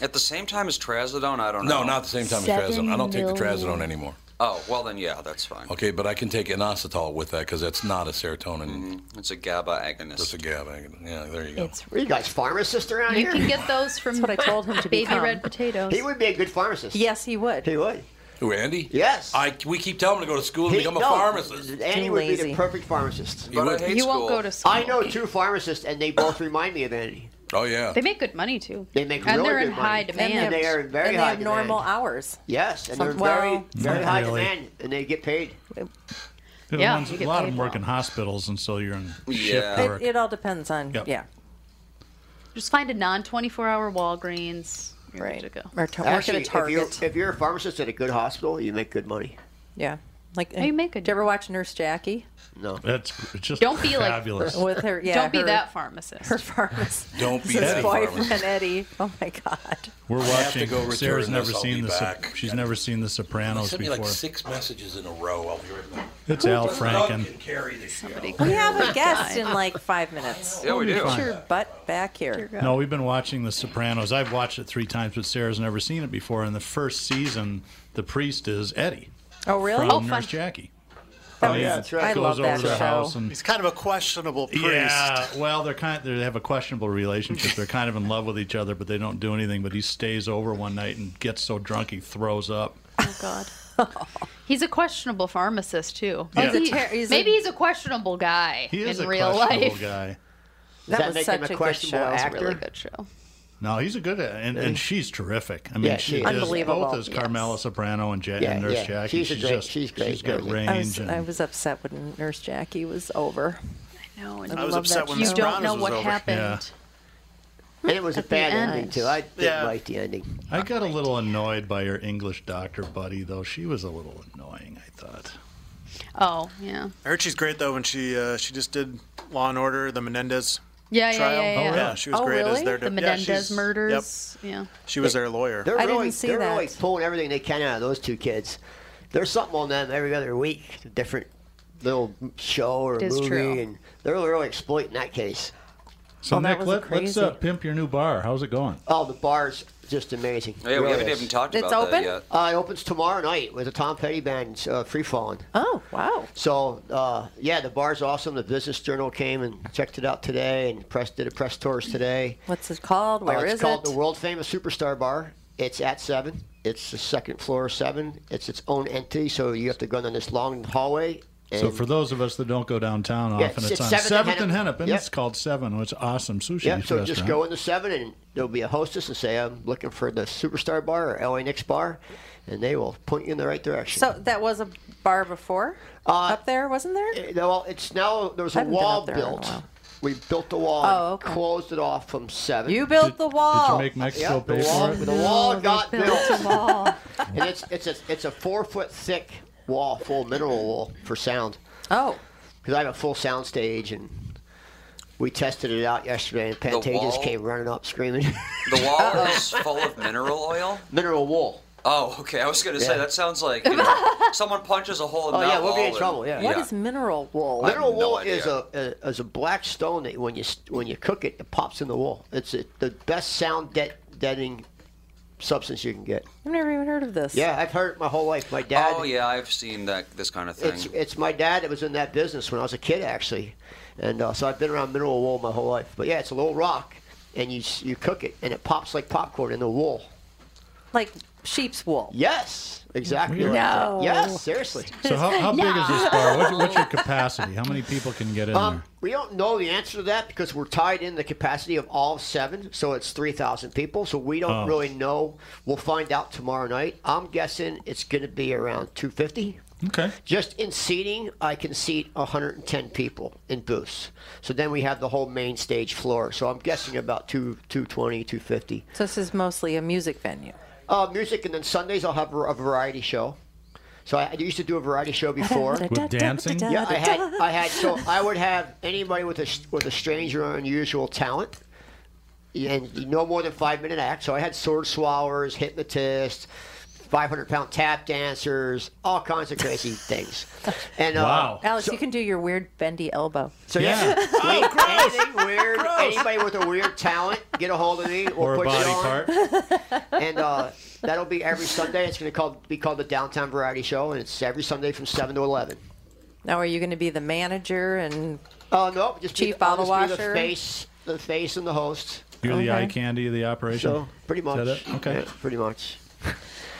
E: At the same time as trazodone, I don't know.
A: No, not the same time as trazodone. I don't take the trazodone anymore.
E: Oh, well then, yeah, that's fine.
A: Okay, but I can take inositol with that because that's not a serotonin.
F: Mm-hmm.
E: It's a GABA agonist.
A: It's a GABA agonist. Yeah, there you go.
F: It's Are you guys pharmacists around
C: You
F: here?
C: can get those from
B: what I told him to
C: Baby
B: become.
C: Red Potatoes.
F: He would be a good pharmacist.
B: Yes, he would.
F: He would.
A: Who, Andy?
F: Yes.
A: I, we keep telling him to go to school and
F: He-
A: become a
F: no,
A: pharmacist.
F: Andy would be the perfect pharmacist.
A: He But I would. hate
C: He won't school. go to school.
F: I know two pharmacists, and they both remind me of Andy.
A: Oh yeah.
C: They make good money too.
F: They make
C: and
F: really
C: they're in
F: good money.
C: high
F: And
C: demand.
F: they are in very
B: and they
F: high
B: have normal
F: demand.
B: hours.
F: Yes, and
B: Some-
F: they're
B: well-
F: very, very
G: Not
F: high
G: really.
F: demand, and they get paid.
G: They're the
B: Yeah,
G: ones-
B: you
G: a
B: get
G: lot
B: paid
G: of them work in hospitals, and so you're in shift work.
B: It, it all depends on
G: Yep.
B: yeah.
C: Just find a non 24 hour Walgreens. You're right. Good to go.
F: Actually, if you're, if you're a pharmacist at a good hospital, you make good money.
B: Yeah. Like
C: How you make it?
B: Did you ever watch Nurse Jackie?
F: No,
G: that's it's just
B: Don't be like-
G: fabulous.
B: With her- yeah,
C: Don't be
B: her-
C: that pharmacist.
B: Her pharmacist.
G: Don't be
B: his
G: that
B: boyfriend
G: pharmacist.
B: Eddie. Oh my god.
G: We're
A: I have to
G: watching.
A: go
G: Sarah's
A: return
G: never
A: this. I'll be
G: seen the. Sop-
A: back.
G: She's never seen the
A: They
G: Sopranos
A: sent me
G: before.
A: like six messages in a row. I'll be right back.
G: It's Al
A: Does
G: Franken.
A: Doug carry this show?
B: We have a guest in like five minutes.
A: Yeah, we do.
B: Get your butt back here.
G: No, we've been watching The Sopranos. I've watched it three times, but Sarah's never seen it before. In the first season, the priest is Eddie.
B: Oh, really?
G: From
B: Oh,
G: Nurse
B: fun.
G: Jackie.
F: Oh,
B: That
G: And he
B: was- I
G: goes
B: love
G: over
B: that
G: to the
B: show.
G: house and-
H: He's kind of a questionable priest.
G: yeah, well, they're kind. They have a questionable relationship. They're kind of in love with each other, but they don't do anything. But he stays over one night and gets so drunk he throws up.
C: Oh God. He's a questionable pharmacist too.
G: Yeah. He's a
C: Maybe-
G: ter- he's a-
C: Maybe he's a questionable guy
G: He is
C: in
G: a
C: real
G: questionable
C: life.
G: guy.
C: That
F: Does that
C: was
F: make
C: such
F: him
C: a
F: a
C: good
F: questionable
C: show. It was a
F: actor?
C: really good show.
G: No, he's a good and, and she's terrific. I mean,
F: Yeah,
G: she,
F: she
G: is
F: is.
G: both
F: Unbelievable.
G: as Carmela Soprano and, ja-
F: Yeah,
G: and Nurse
F: yeah.
G: Jackie.
F: She's a great-
G: just
F: she's great
G: She's got
F: and
G: range.
F: everything.
B: I was,
G: and,
B: I was upset when Nurse Jackie was over. I
C: know.
B: And
H: I was
B: love that
H: upset when
B: show.
H: The Sopranos was over.
F: And it was a
B: At the
F: bad
B: end.
F: ending too. I didn't
G: Yeah.
F: like the ending.
G: I got a little annoyed by her English doctor buddy, though. She was a little annoying, I thought.
C: Oh yeah.
H: I heard she's great though when she uh, she just did Law and Order, the Menendez
C: Yeah, yeah,
H: trial.
C: yeah, yeah.
H: she was
C: Oh,
H: great
C: really?
H: as their
C: The
H: yeah,
C: Menendez
H: she's-
C: murders,
H: Yep.
C: yeah.
H: She was their lawyer.
F: They're really, they're really pulling everything they can out of those two kids. There's something on them every other week, different little show or
G: It is
F: movie,
G: true.
F: and they're really exploiting that case.
G: So,
F: Oh, that
G: Nick,
F: was
G: let, let's
F: crazy.
G: uh, pimp your new bar. How's it going?
F: Oh, the bar's just amazing.
E: Yeah, we
F: Really
E: haven't
F: is.
E: even talked It's about that open? yet.
F: Uh, it opens tomorrow night with the Tom Petty band, uh, Free Falling.
B: Oh, wow.
F: So, uh, yeah, the bar's awesome. The Business Journal came and checked it out today and press did a press tours today.
B: What's it called? Where
F: Uh,
B: is
F: it's called
B: it?
F: the world famous Superstar Bar. It's at seven. It's the second floor of seven. It's its own entity, so you have to go down this long hallway. And
G: So, for those of us that don't go downtown
F: Yeah,
G: often,
F: it's- it's
G: it's, on
F: Seventh and
G: 7th and
F: Hennepin.
G: Hennepin.
F: Yep.
G: It's called 7, which is awesome sushi
F: yeah, so just
G: restaurant.
F: go into seven, and there'll be a hostess and say, "I'm looking for the Superstar Bar or LA Knicks Bar," and they will point you in the right direction. Uh,
B: So that was a bar before up there, wasn't there?
F: eh, well, it's now there was a
B: I haven't been
F: wall
B: up there in a
F: built.
B: while.
F: We built the wall,
B: Oh,
F: and closed it off from seven.
B: You built the wall.
G: make Mexico
F: Oh, yeah,
G: pay
F: the
G: for
F: wall,
G: it?
F: The wall
B: No,
F: got
B: they
F: built.
B: built a wall.
F: and it's it's a it's a four foot thick wall, full mineral wool for sound.
B: Oh.
F: Because I have a full sound stage, and we tested it out yesterday, and Pantages
E: wall?
F: came running up screaming.
E: The wall is full of mineral oil.
F: mineral wool.
E: Oh, okay. I was gonna say
F: Yeah.
E: that sounds like you know, someone punches a hole in
F: Oh,
E: that
F: yeah, we'll
E: wall
F: be in
E: and-
F: trouble. Yeah.
B: What is mineral wool?
F: Mineral wool is a, a is a black stone that when you s- when you cook it, it pops in the wool. It's a, the best sound dead deadening substance you can get.
B: I've never even heard of this.
F: Yeah, I've heard it my whole life. My dad.
E: Oh yeah, I've seen that this kind of thing.
F: It's it's my dad that was in that business when I was a kid actually, and uh, so I've been around mineral wool my whole life. But yeah, it's a little rock, and you s- you cook it, and it pops like popcorn in the wool.
B: Like sheep's wool.
F: Yes, exactly.
B: Really?
F: like that.
B: No.
F: Yes, seriously.
G: So, how, how big is this bar? What, what's your capacity? How many people can get in
F: Um, we don't know the answer to that because we're tied in the capacity of all seven, so it's three thousand people. So we don't
G: Oh.
F: really know. We'll find out tomorrow night. I'm guessing it's going to be around two fifty.
G: there? Okay.
F: Just in seating, I can seat 110 people in booths. So then we have the whole main stage floor. So I'm guessing about two, 220, 250.
B: So this is mostly a music venue.
F: Uh, music, and then Sundays I'll have a a variety show. So I, I used to do a variety show before.
G: With dancing?
F: Yeah, I had, I had. So I would have anybody with a with a stranger or unusual talent, and no more than five minute act. So I had sword swallowers, hypnotists, 500 pound tap dancers, all kinds of crazy things. And uh,
B: Alex, you can do your weird bendy elbow.
F: So yeah, Wait, anything weird, anybody with a weird talent, get a hold of me. We'll
G: Or a
F: put
G: body
F: you on. and uh, that'll be every Sunday. It's going to called, be called the Downtown Variety Show, and it's every Sunday from seven to eleven.
B: Now, are you going to be the manager and?
F: Oh no, just
B: chief
F: I'll
B: bottle
F: just
B: washer.
F: Be the face, the face, and the host.
G: You're the eye candy of the operation.
F: So, pretty much.
G: Is that it? Okay.
F: Yeah, pretty much.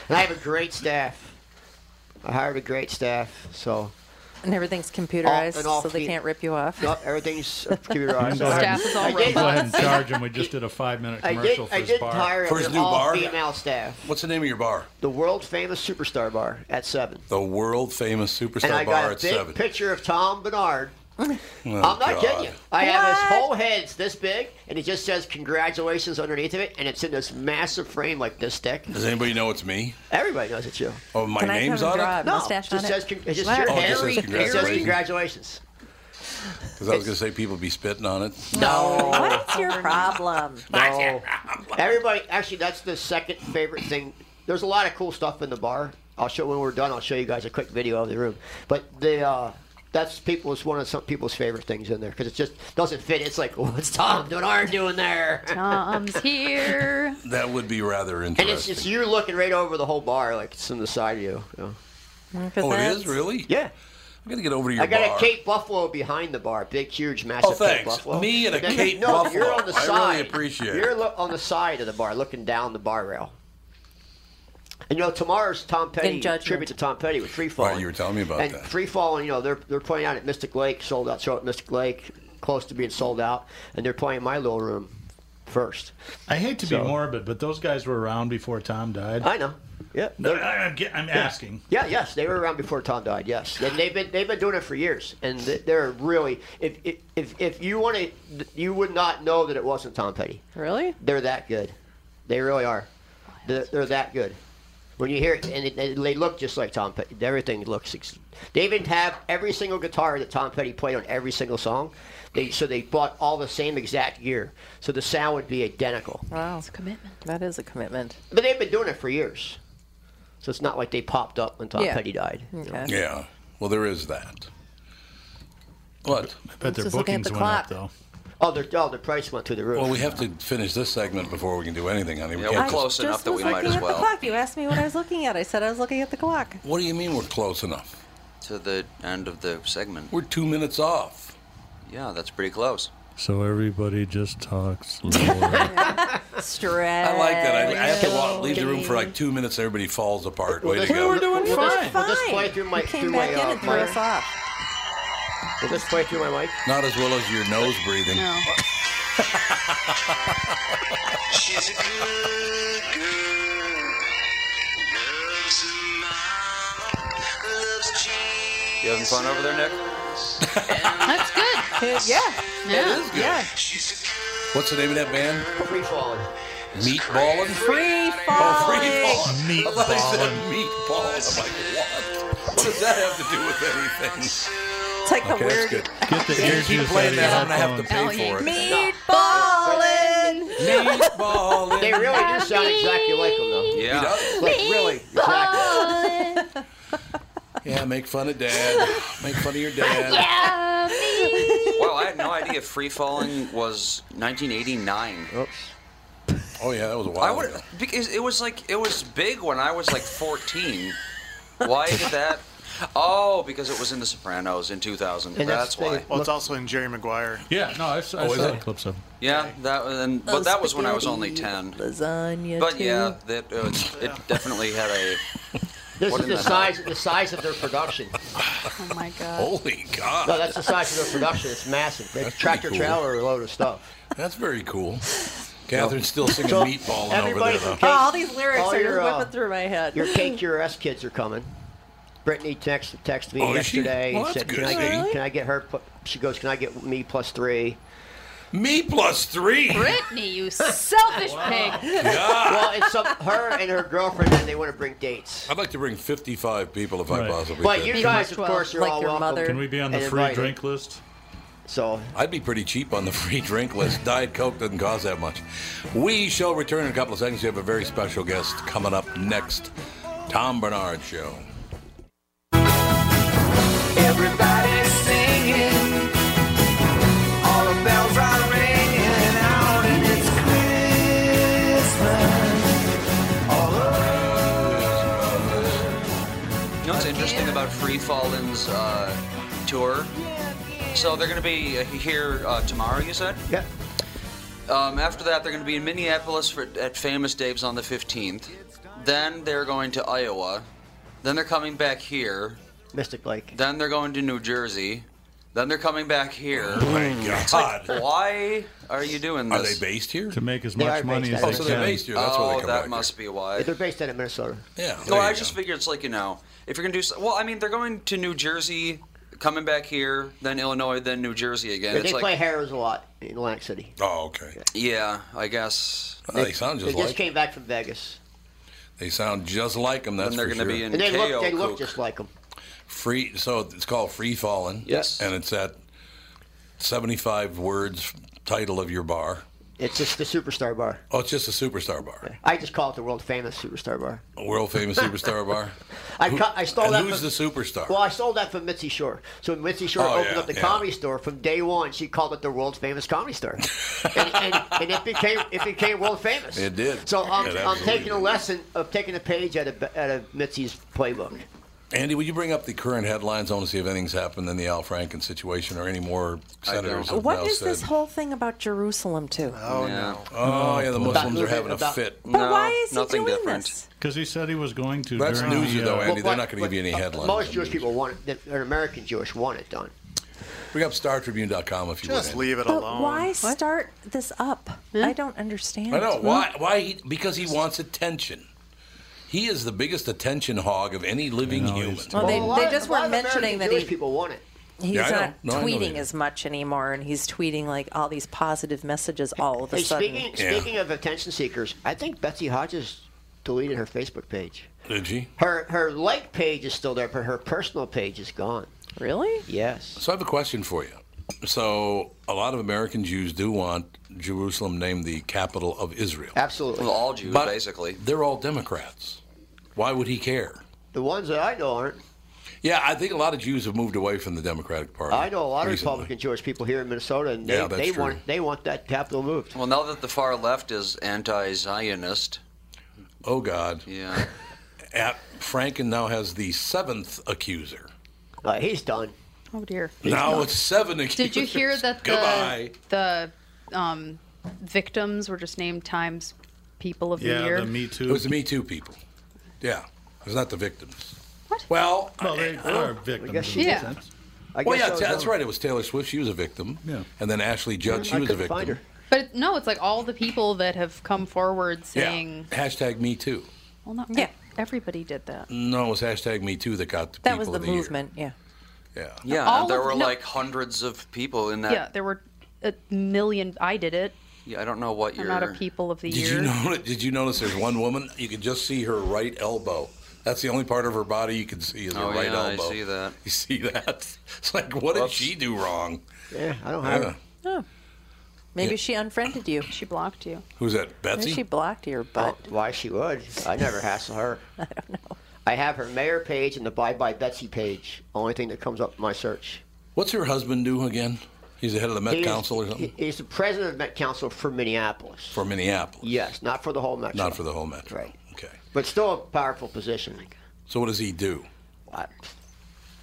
F: And I have a great staff. I hired a great staff, so
B: And everything's computerized,
F: and all
B: so they
F: feet.
B: can't rip you off.
F: Nope, everything's uh,
G: You
F: computerized.
G: can go ahead and- you can Go ahead and charge him. We just did a five minute
F: I did.
G: commercial for
F: I
G: his
F: did
G: bar.
F: hire
A: For his
F: an
A: new
F: all
A: bar?
F: female staff.
A: What's the name of your bar?
F: The world famous Superstar Bar at seven.
A: The world famous
F: and I
A: superstar
F: got
A: bar
F: a
A: at
F: big
A: seven.
F: picture of Tom Bernard.
A: Oh,
F: I'm not
A: God.
F: kidding you. I have his whole head's this big, and it just says "Congratulations" underneath of it, and it's in this massive frame like this thick.
A: Does anybody know it's me?
F: Everybody knows it's you.
A: Oh, my name's on it.
F: No, just says con- it just your
A: Oh, it
F: hair.
A: just says
F: It says
A: congratulations.
F: congratulations.
A: Because I was going to say people be spitting on it.
F: No.
B: What's your problem?
F: No. Everybody, actually, that's the second favorite thing. There's a lot of cool stuff in the bar. I'll show when we're done. I'll show you guys a quick video of the room. But the uh, that's people's one of some people's favorite things in there because it just doesn't fit. It's like what's Tom doing? Arn doing there?
C: Tom's here.
A: That would be rather
F: And
A: interesting.
F: it's just you looking right over the whole bar, like it's on the side of you. you know.
A: oh, it is really.
F: Yeah.
A: I got to get over to your
F: I got
A: bar.
F: a Cape Buffalo behind the bar, big, huge, massive
A: Oh,
F: Cape
A: thanks.
F: Buffalo.
A: Me and a
F: then-
A: Cape
F: no, You're
A: Buffalo.
F: on the
A: I really
F: side.
A: appreciate it.
F: You're lo- on the side of the bar, looking down the bar rail. And you know, tomorrow's Tom Petty
B: judgment.
F: tribute to Tom Petty with Free Falling.
A: Right, you were telling me about
F: and
A: that.
F: Free Falling, you know, they're they're playing out at Mystic Lake, sold out show at Mystic Lake, close to being sold out, and they're playing my little room first.
G: I hate to
F: So-
G: be morbid, but those guys were around before Tom died.
F: I know. Yeah.
G: I, am asking.
F: Yeah, yes, they were around before Tom died. Yes, and they've been they've been doing it for years, and th- they're really if if if, if you want to, you would not know that it wasn't Tom Petty.
B: Really?
F: They're that good, they really are. They're, they're that good. When you hear it, and they, they look just like Tom Petty. Everything looks. ex- They even have every single guitar that Tom Petty played on every single song. They so they bought all the same exact gear, so the sound would be identical.
B: Wow, it's a commitment. That is a commitment.
F: But they've been doing it for years, so it's not like they popped up when Tom
B: Yeah.
F: Petty died.
B: Okay.
A: Yeah. Well, there is that. What?
G: But
B: their just looking at bookings the went up, clock.
F: Oh, their oh, the price went through the roof.
A: Well, we have to finish this segment before we can do anything, honey. We
E: Yeah,
A: can't
E: we're
A: just-
E: close enough
B: Just
E: that
B: was
E: we
B: looking
E: might as
B: at
E: well.
B: the clock. You asked me what I was looking at. I said I was looking at the clock.
A: What do you mean we're close enough?
E: To the end of the segment.
A: We're two minutes off.
E: Yeah, that's pretty close.
G: So everybody just talks.
B: Stretch.
A: I like that. I, I have to walk, leave the room for like two minutes. Everybody falls apart. Way to
F: this-
A: go.
G: doing
F: We'll
G: fine.
F: just, we'll just play through my
B: You came
F: through
B: back
F: my
B: in
F: uh,
B: and threw us
F: mic.
B: off.
F: We'll just play through my mic.
A: Not as well as your nose breathing.
C: No.
L: She's a good girl. Loves her mom. Loves Jesus.
E: You having fun over there, Nick?
C: That's good.
B: Yeah.
C: Yeah.
A: That's good. What's the name of that band?
F: Free falling.
A: Meatballin'?
B: Free
A: Oh,
B: falling.
A: free ballin'. I thought they said meatballin'. I'm like, what? What does that have to do with anything?
B: It's like the
A: Okay, that's
B: weird
A: good.
G: Get the
A: If you
G: ear
A: keep
G: juice out
A: playing
G: of
A: that,
G: your
A: I'm going to have to
G: headphones.
A: pay for it.
B: meatballing.
A: Meatballin'.
F: They really do sound exactly like them, though.
A: You
E: Yeah.
A: know?
F: Like really, exactly.
A: Yeah, make fun of dad. Make fun of your
E: Oh,
A: dad.
C: Yeah.
E: Wow, I had no idea free falling was 1989.
F: Oops.
A: Oh yeah, that was a
E: I
A: while
E: would
A: ago.
E: because it was like it was big when I was like 14. Why did that? Oh, because it was in The Sopranos in 2000.
F: And that's
E: that's
F: the thing.
E: why.
H: Well, it's also in Jerry Maguire.
G: Yeah, no, I, s- I
A: Oh, is
G: saw
A: it?
G: clips of.
E: Yeah, that and, but that was when I was only 10.
B: Lasagna.
E: But
B: too.
E: yeah, that uh, it definitely had a.
F: This
E: What
F: is
E: in
F: the
E: the
F: size the size of their production.
C: Oh my god.
A: Holy
F: No,
A: God,
F: that's the size of their production. It's massive. They
A: That's
F: tractor
A: pretty cool.
F: trailer load of stuff.
A: that's very cool. Catherine's still singing
F: So,
A: meatball over
F: everybody
A: there. Though.
F: can-
B: Oh, all these lyrics
F: All
B: are
F: your,
B: just
F: uh,
B: whipping through my head.
F: Your Cake Your S kids are coming. Brittany text, texted me
A: Oh, is she?
F: yesterday
A: Well,
F: and
A: that's
F: said, can
A: good,
F: I,
A: see?
F: get, can I get her? pl- She goes, can I get me plus three?
A: Me plus three.
C: Brittany, you selfish pig.
F: Well, it's some, her and her girlfriend, and they want to bring dates.
A: I'd like to bring 55 people if I
G: Right.
A: possibly
F: uh, But
A: could.
F: you
B: Maybe
F: guys,
B: March
F: of
B: 12th,
F: course, you're
B: like
F: all
B: your
F: welcome.
B: mother.
G: Can we be on the
F: And
G: free
F: invited.
G: drink list?
F: So
A: I'd be pretty cheap on the free drink list. Diet Coke doesn't cost that much. We shall return in a couple of seconds. We have a very special guest coming up next. Tom Bernard Show.
L: Everybody's singing. All the bells are ringing out, and it's Christmas. All
E: You know what's interesting about Free Fallen's uh, tour? So they're going to be uh, here uh, tomorrow, you said?
F: Yeah.
E: Um, after that, they're going to be in Minneapolis for, at Famous Dave's on the 15th. Then they're going to Iowa. Then they're coming back here.
F: Mystic Lake.
E: Then they're going to New Jersey. Then they're coming back here.
A: Oh my
E: It's like, why are you doing
A: Are
E: this?
A: they based here?
G: To make as
F: They are
G: much money
F: based
G: as
F: out
G: they
F: of
G: can.
F: Minnesota.
E: oh, that must be why.
F: They're based out of Minnesota.
A: Yeah.
E: No, I just figured it's like you know, if you're gonna do so, well, I mean, they're going to New Jersey, coming back here, then Illinois, then New Jersey again.
F: They
E: it's like,
F: play Harrow's a lot in Atlantic City.
A: Oh, okay.
E: yeah, I guess
A: Well, Oh, they sound just
F: they just
A: like
F: came back from Vegas.
A: they sound just like them. That's
E: Then they're
A: for
E: gonna
A: sure.
E: be in
F: And they look, they look just like them.
A: free. So it's called Free Fallen.
F: Yes.
A: And it's at seventy-five words title of your bar.
F: It's just the superstar bar.
A: Oh, it's just a superstar bar,
F: I just call it the world famous superstar bar.
A: a world famous superstar bar.
F: I, cu- I stole
A: and
F: that.
A: who's
F: from,
A: the superstar?
F: Well, I stole that from Mitzi Shore. So when Mitzi Shore
A: Oh,
F: opened
A: yeah,
F: up the
A: yeah.
F: comedy store from day one, she called it the world famous comedy store, and, and, and it became it became world famous.
A: It did.
F: So um, I'm,
A: It
F: I'm
A: absolutely
F: taking a lesson of taking a page out of out of Mitzi's playbook.
A: Andy, would you bring up the current headlines? I want to see if anything's happened in the Al Franken situation or any more senators. have now
B: What is this
A: said-
B: whole thing about Jerusalem too?
E: Oh,
A: no. Oh, yeah, the
G: About
A: Muslims are
G: moving-
A: having a
G: about-
A: fit.
B: But why is he doing this?
G: Because he said he was going to.
A: That's
G: during
A: newsy,
G: the,
A: though,
G: uh,
A: Andy. They're not going to give you any headlines.
F: Most Jewish people want it. An American Jewish want it done.
A: Bring up StarTribune.com if you
F: Just
A: would.
F: leave it
B: But why start this up?
C: Hmm?
B: I don't understand. Hmm?
A: I know why. Why? He, because he wants attention. He is the biggest attention hog of any living human.
B: Well, they,
F: Well, a lot
B: they
F: of-
B: just
F: a lot
B: were
F: of
B: mentioning
F: American
B: that
F: Jewish
B: he,
F: people want it.
B: he's
A: Yeah, I know.
B: not
A: No, I know they
B: tweeting
A: do.
B: as much anymore, and he's tweeting like all these positive messages all of a
F: Hey,
B: sudden.
F: speaking speaking of attention seekers, I think Betsy Hodges deleted her Facebook page.
A: Did she?
F: Her her like page is still there, but her personal page is gone.
B: Really?
F: Yes.
A: So I have a question for you. So a lot of American Jews do want Jerusalem named the capital of Israel.
F: Absolutely.
E: Well, all Jews,
A: But
E: basically.
A: They're all Democrats. Why would he care?
F: The ones that I know aren't.
A: Yeah, I think a lot of Jews have moved away from the Democratic Party.
F: I know a lot of
A: recently.
F: Republican Jewish people here in Minnesota, and they,
A: Yeah, that's
F: they
A: true.
F: want they want that capital moved.
E: Well, now that the far left is anti-Zionist,
A: Oh God.
E: Yeah.
A: At Franken now has the seventh accuser.
F: Uh, he's done.
C: Oh dear.
A: now it's seven accusers.
C: Did you hear that the
A: Goodbye.
C: the um, victims were just named Times People of the Year?
A: Me Too. It was the Me Too people. Yeah, it was not the victims. What? Well, well, they
G: are victims
F: guess in she- a yeah. sense. I
A: well,
F: guess
A: yeah,
F: so,
A: that's
F: though.
A: right. It was Taylor Swift. She was a victim. Yeah. And then Ashley Judd. She
F: I
A: was a
F: couldn't
A: victim.
F: find her.
C: But it- no, it's like all the people that have come forward saying,
A: Yeah. Hashtag Me Too.
C: well, not yeah. everybody did that.
A: No, it was hashtag Me Too that got the
B: that
A: people
B: was the
A: of the year.
B: movement.
A: Yeah.
E: yeah,
C: All
E: there
C: of-
E: were
C: no.
E: like hundreds of people in that.
C: Yeah, there were a million. I did it.
E: Yeah, I don't know what
C: I'm
E: you're.
C: not a people of the
A: Did
C: year.
A: you know? Did you notice? There's one woman. You could just see her right elbow. That's the only part of her body you can see is her
E: Oh,
A: right
E: yeah, I
A: elbow.
E: see that.
A: You see that? It's like, what did she do wrong?
F: Yeah, I don't have.
A: Yeah.
F: her.
B: Yeah. Oh. Maybe
A: Yeah.
B: she unfriended you.
C: She blocked you.
A: Who's that? Betsy.
B: Maybe she blocked your butt.
F: Oh, Why she would? I never hassle her. I don't know. I have her mayor page and the Bye Bye Betsy page. Only thing that comes up in my search.
A: What's her husband do again? He's the head of the Met
F: He is-
A: Council or something
F: he- He's the president of Met Council for Minneapolis.
A: for Minneapolis,
F: Yes, not for the whole Metro.
A: not for the whole metro.
F: Right.
A: Okay.
F: But still a powerful position.
A: So what does he do?
F: I-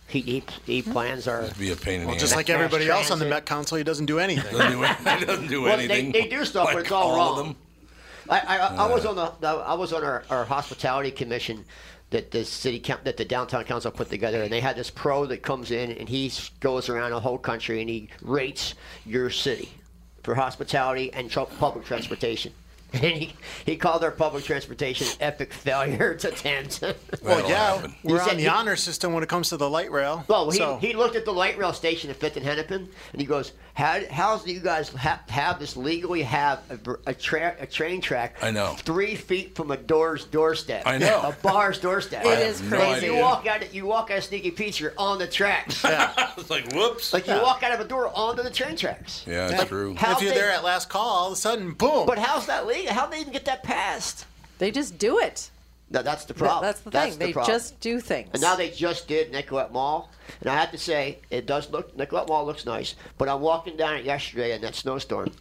F: He, he, he plans our.
A: Be a pain in
F: Well,
A: the
F: just
A: ass.
H: Like everybody
F: Mass
H: else on the
F: transit.
H: Met Council, he doesn't do anything.
A: doesn't do, any- he doesn't do
F: Well, they-
A: anything.
F: they do stuff, but
A: like
F: it's all
A: all Of
F: wrong.
A: them.
F: I, I, I was on the I was on our, our hospitality commission that the city coun- that the downtown council put together, and they had this pro that comes in and he s- goes around the whole country and he rates your city for hospitality and tr- public transportation. And he, he called our public transportation epic failure to attend.
H: Well, yeah,
A: happen.
H: we're
F: He said
H: on the
F: he-
H: honor system when it comes to the light rail.
F: Well, Oh, he,
H: so
F: he looked at the light rail station at Fifth and Hennepin, and he goes, "How how do you guys ha- have this legally have a, br- a, tra- a train track?
A: I know.
F: three feet from a door's doorstep.
A: I know.
F: a bar's doorstep.
A: I It have is no crazy.
F: You
A: idea.
F: walk out you walk out of Sneaky Pete's, you're on the tracks.
A: It's like whoops.
F: like you walk out of a door onto the train tracks.
A: yeah, it's
F: Like,
A: true.
F: how
H: if you're
F: they-
H: there at last call, all of a sudden, boom.
F: But how's that legal? How would they even get that passed?
B: They just do it.
F: No, that's the problem.
B: That's the thing. They
F: problem.
B: just do things.
F: And now they just did Nicolette Mall, and I have to say it does look Nicolette Mall looks nice. But I'm walking down it yesterday in that snowstorm,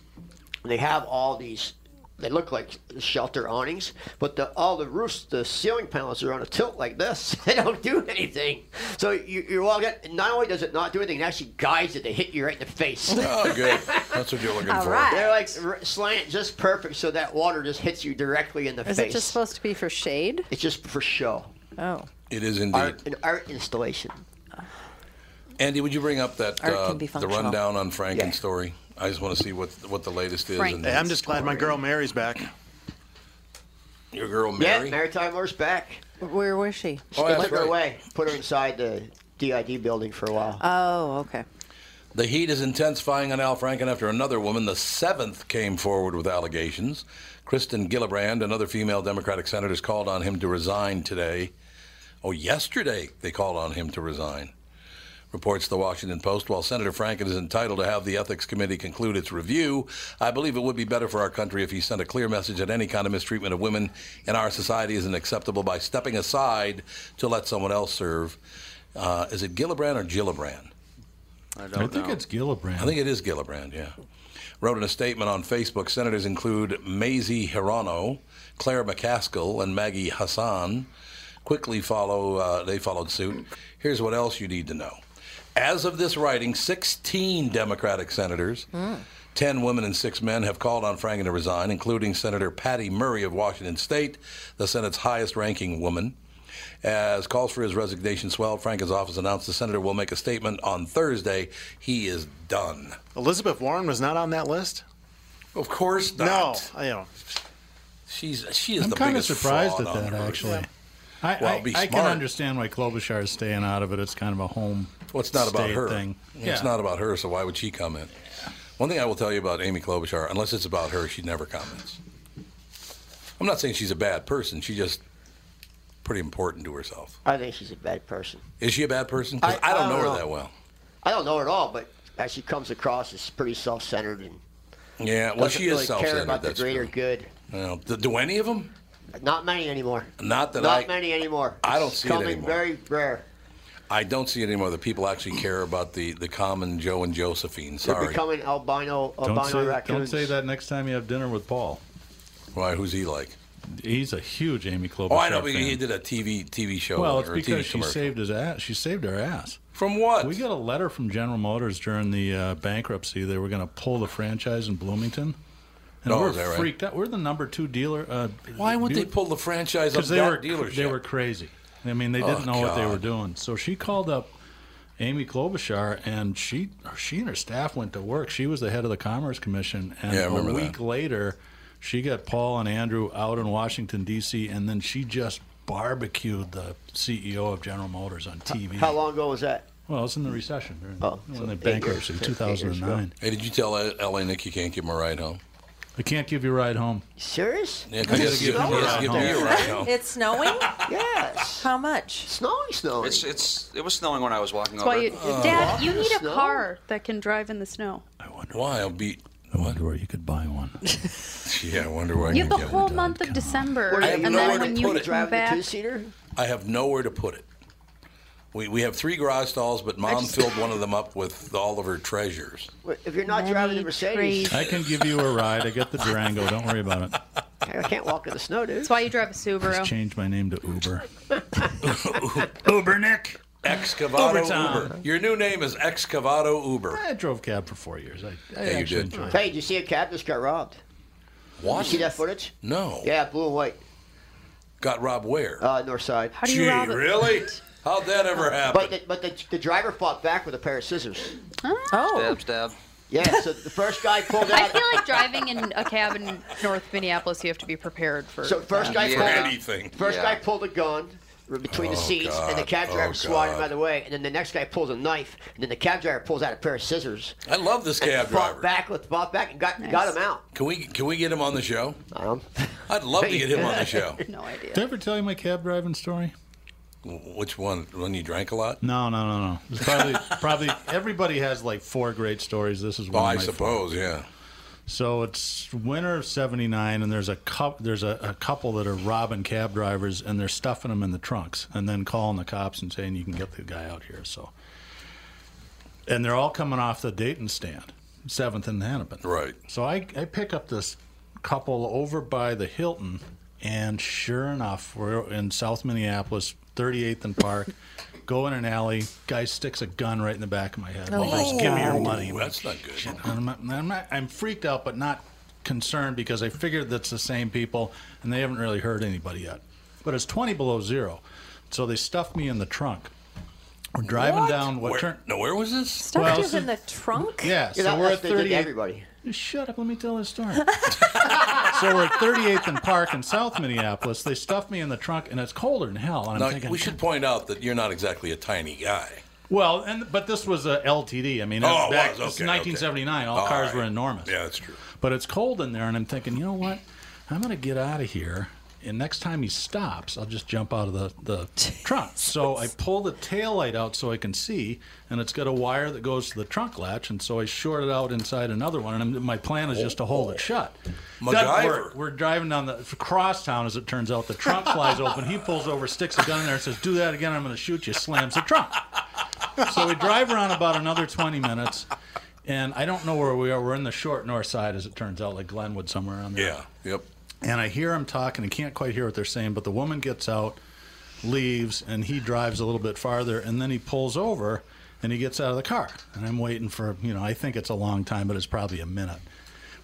F: and they have all these. They look like shelter awnings, but the, all the roofs, the ceiling panels are on a tilt like this. They don't do anything. So you, you're walking. Not only does it not do anything, it actually guides it to hit you right in the face.
A: Oh, good. That's what you're looking for.
F: They're like r- slant just perfect, so that water just hits you directly in the
B: Is
F: face.
B: it just supposed to be for shade?
F: It's just for show.
B: Oh.
A: It is indeed.
F: Art, an art installation.
A: Andy, would you bring up that
F: Art
A: uh,
F: can be
A: the
F: functional.
A: rundown on Franken's story? I just want to see what what the latest is. and-
H: Hey, I'm just glad my girl Mary's back.
A: Your girl Mary.
F: Yeah, Mary Tyler's back.
B: Where was she?
F: She
A: Oh, that's
F: took her
A: right.
F: away, put her inside the DID building for a while.
B: Oh, okay.
A: The heat is intensifying on Al Franken after another woman, the seventh, came forward with allegations. Kristen Gillibrand, another female Democratic senator, has called on him to resign today. Oh, yesterday they called on him to resign. Reports the Washington Post. While Senator Franken is entitled to have the Ethics Committee conclude its review, I believe it would be better for our country if he sent a clear message that any kind of mistreatment of women in our society isn't acceptable by stepping aside to let someone else serve. Uh, is it Gillibrand or Gillibrand?
E: I
G: I think it's Gillibrand.
A: I think it is Gillibrand, yeah. Wrote in a statement on Facebook Senators include Maisie Hirono, Claire McCaskill, and Maggie Hassan. Quickly follow, uh, they followed suit. Here's what else you need to know. As of this writing, 16 Democratic senators,
G: Hmm.
A: 10 women and 6 men, have called on Franken to resign, including Senator Patty Murray of Washington State, the Senate's highest ranking woman. As calls for his resignation swelled, Franken's office announced the senator will make a statement on Thursday. He is done.
H: Elizabeth Warren was not on that list.
A: Of course not.
H: No, I know.
A: She's she is
G: I'm
A: the
G: kind of
A: biggest
G: surprised
A: fraud
G: at
A: on
G: that,
A: earth.
G: actually. I,
A: Well,
G: I,
A: be
G: I can
A: smart.
G: understand why Klobuchar is staying out of it. It's kind of a home.
A: Well, it's not about
G: state
A: her.
G: Thing.
A: It's not about her, so why would she comment? One thing I will tell you about Amy Klobuchar, unless it's about her, she never comments. I'm not saying she's a bad person. She's just pretty important to herself.
F: I think she's a bad person.
A: Is she a bad person? 'Cause
F: I-
A: I, don't
F: I
A: know
F: don't
A: her
F: know.
A: that well.
F: I don't know her at all, but as she comes across, it's pretty self-centered and
A: Yeah, well,
F: doesn't
A: she
F: really
A: is self-centered.
F: care about the
A: that's
F: greater
A: true.
F: good.
A: Well, do, do any of them?
F: Not many anymore.
A: Not that
F: Not
A: I
F: many anymore.
A: I don't
F: It's
A: see it
F: coming
A: anymore.
F: very rare.
A: I don't see it anymore. The people actually care about the, the common Joe and Josephine.
F: They're
A: Sorry.
F: becoming albino albino
G: Don't say, don't
F: raccoons.
G: say that next time you have dinner with Paul.
A: Why? Who's he like?
G: He's a huge Amy Klobuchar
A: Oh, I know.
G: fan.
A: because He did a TV TV show.
G: Well, it's
A: or a TV
G: because she
A: commercial.
G: saved his ass. She saved her ass.
A: From what?
G: We got a letter from General Motors during the uh, bankruptcy. They were going to pull the franchise in Bloomington, and
A: Oh,
G: we're
A: is that right?
G: freaked out. We're the number two dealer. Uh,
A: Why would they pull the franchise of
G: Because they
A: that
G: were
A: dealership?
G: they were crazy. I mean, they
A: Oh,
G: didn't know what they
A: God.
G: were doing. So she called up Amy Klobuchar, and she she and her staff went to work. She was the head of the Commerce Commission, and
A: Yeah, I
G: a
A: remember that.
G: week later, she got Paul and Andrew out in Washington D.C., and then she just barbecued the CEO of General Motors on TV.
F: How long ago was that?
G: Well, it's in the recession during
F: Oh,
G: when
F: so
G: the
F: eight
G: bankruptcy,
F: years- eight
G: two
F: years
G: thousand and nine.
A: Hey, did you tell L- L.A. Nick you can't give him a ride home?
G: I can't give you a ride home.
F: Serious?
A: Yeah, 'cause you gotta give, you gotta give me a ride home.
B: It's snowing?
F: yes.
B: How much?
F: Snowing, snowing.
E: It's it's it was snowing when I was walking
C: That's
E: over.
C: why you, Dad, you
A: Oh.
C: need a car that can drive in the snow.
A: Why? I'll be.
G: I wonder where you could buy one.
A: yeah, I wonder where I
C: you
A: can
C: have the
A: get
C: whole
A: one.
C: month of December,
A: I have
C: and
A: nowhere
C: then
A: to
C: when you
A: put it.
C: come
F: Driving a
C: back,
F: two-seater?
A: I have nowhere to put it. We, we have three garage stalls, but Mom
F: just-
A: filled one of them up with all of her treasures.
F: If you're not driving the Mercedes,
G: I can give you a ride. I got the Durango. Don't worry about it.
F: I can't walk in the snow, dude.
C: that's why you drive a
G: Just
C: Subaru.
G: change my name to Uber. Uber Nick.
A: Excavado
G: Overtime.
A: Uber. Your new name is Excavado Uber.
G: I drove cab for four years. I, I
A: Yeah, you
G: actually
A: did.
G: enjoyed it.
F: Hey, did you see a cab just got robbed?
A: What?
F: You see that footage?
A: No.
F: Yeah, blue and white,
A: Got Rob where?
F: uh, north side.
C: How do
A: Gee,
C: you rob it?
A: really? How'd that ever happen?
F: But the, but the, the driver fought back with a pair of scissors.
B: Oh,
E: Stab, stab.
F: Yeah, so the first guy pulled
C: Ah. I
F: out.
C: feel like driving in a cab in North Minneapolis, you have to be prepared for.
F: So first
C: that.
F: guy
E: Yeah.
A: For
F: pulled
A: anything.
F: first
E: Yeah.
F: guy pulled a gun between the
A: Oh,
F: seats, and the
A: God.
F: cab driver
A: Oh,
F: swatted him
A: God.
F: out of the way, and then the next guy pulls a knife, and then the cab driver pulls out a pair of scissors.
A: I love this cab
F: Fought
A: driver.
F: back with fought back and got got him out.
A: Can we can we get him on the show?
F: Um,
A: I'd love to get him on the show.
G: Did
C: No
G: I
C: idea.
G: ever tell you my cab driving story?
A: Which one? When you drank a lot?
G: No, no, no, no. It's probably probably everybody has like four great stories. This is one.
A: Oh,
G: of
A: I
G: my four.
A: suppose, yeah.
G: So it's winter of '79, and there's a cup. There's a, a couple that are robbing cab drivers, and they're stuffing them in the trunks, and then calling the cops and saying you can get the guy out here. So, and they're all coming off the Dayton stand, Seventh and Hennepin. Right. So I I pick up this couple over by the Hilton, and sure enough, we're in South Minneapolis, 38th and Park. Go in an alley. Guy sticks a gun right in the back of my head.
A: Oh, my
G: Just give me your
A: God.
G: money.
A: Ooh, that's not good.
G: Shit, I'm, not, I'm, not, I'm freaked out, but not concerned because I figured that's the same people, and they haven't really hurt anybody yet. But it's 20 below zero, so they stuffed me in the trunk. We're driving down what
A: Where-
G: turn?
A: No, where was this?
B: Stuffed
G: Well,
B: you
G: so-
B: in the trunk?
G: Yeah, so we're at 38. Shut up, let me tell this story. so we're at 38th and Park in South Minneapolis. They stuffed me in the trunk, and it's colder than hell. And I'm
A: Now,
G: thinking,
A: we should point out that you're not exactly a tiny guy.
G: well, and but this was a LTD. I mean,
A: Oh,
G: it was
A: it was,
G: back, it's
A: okay,
G: 1979. All
A: okay.
G: cars
A: All
G: were
A: right.
G: enormous.
A: Yeah, that's true.
G: But it's cold in there, and I'm thinking, you know what? I'm going to get out of here. And next time he stops, I'll just jump out of the, the trunk. So I pull the taillight out so I can see, and it's got a wire that goes to the trunk latch. And so I short it out inside another one. And I'm, my plan is just to hold it shut. Doesn't work.
A: MacGyver.
G: We're driving down the crosstown, as it turns out. The trunk flies open. He pulls over, sticks a gun in there, and says, Do that again, I'm going to shoot you. Slams the trunk. so we drive around about another 20 minutes, and I don't know where we are. We're in the short north side, as it turns out, like Glenwood, somewhere on there.
A: Yeah. Yep.
G: And I hear him talking. I can't quite hear what they're saying, but the woman gets out, leaves, and he drives a little bit farther, and then he pulls over and he gets out of the car. And I'm waiting for, you know, I think it's a long time, but it's probably a minute.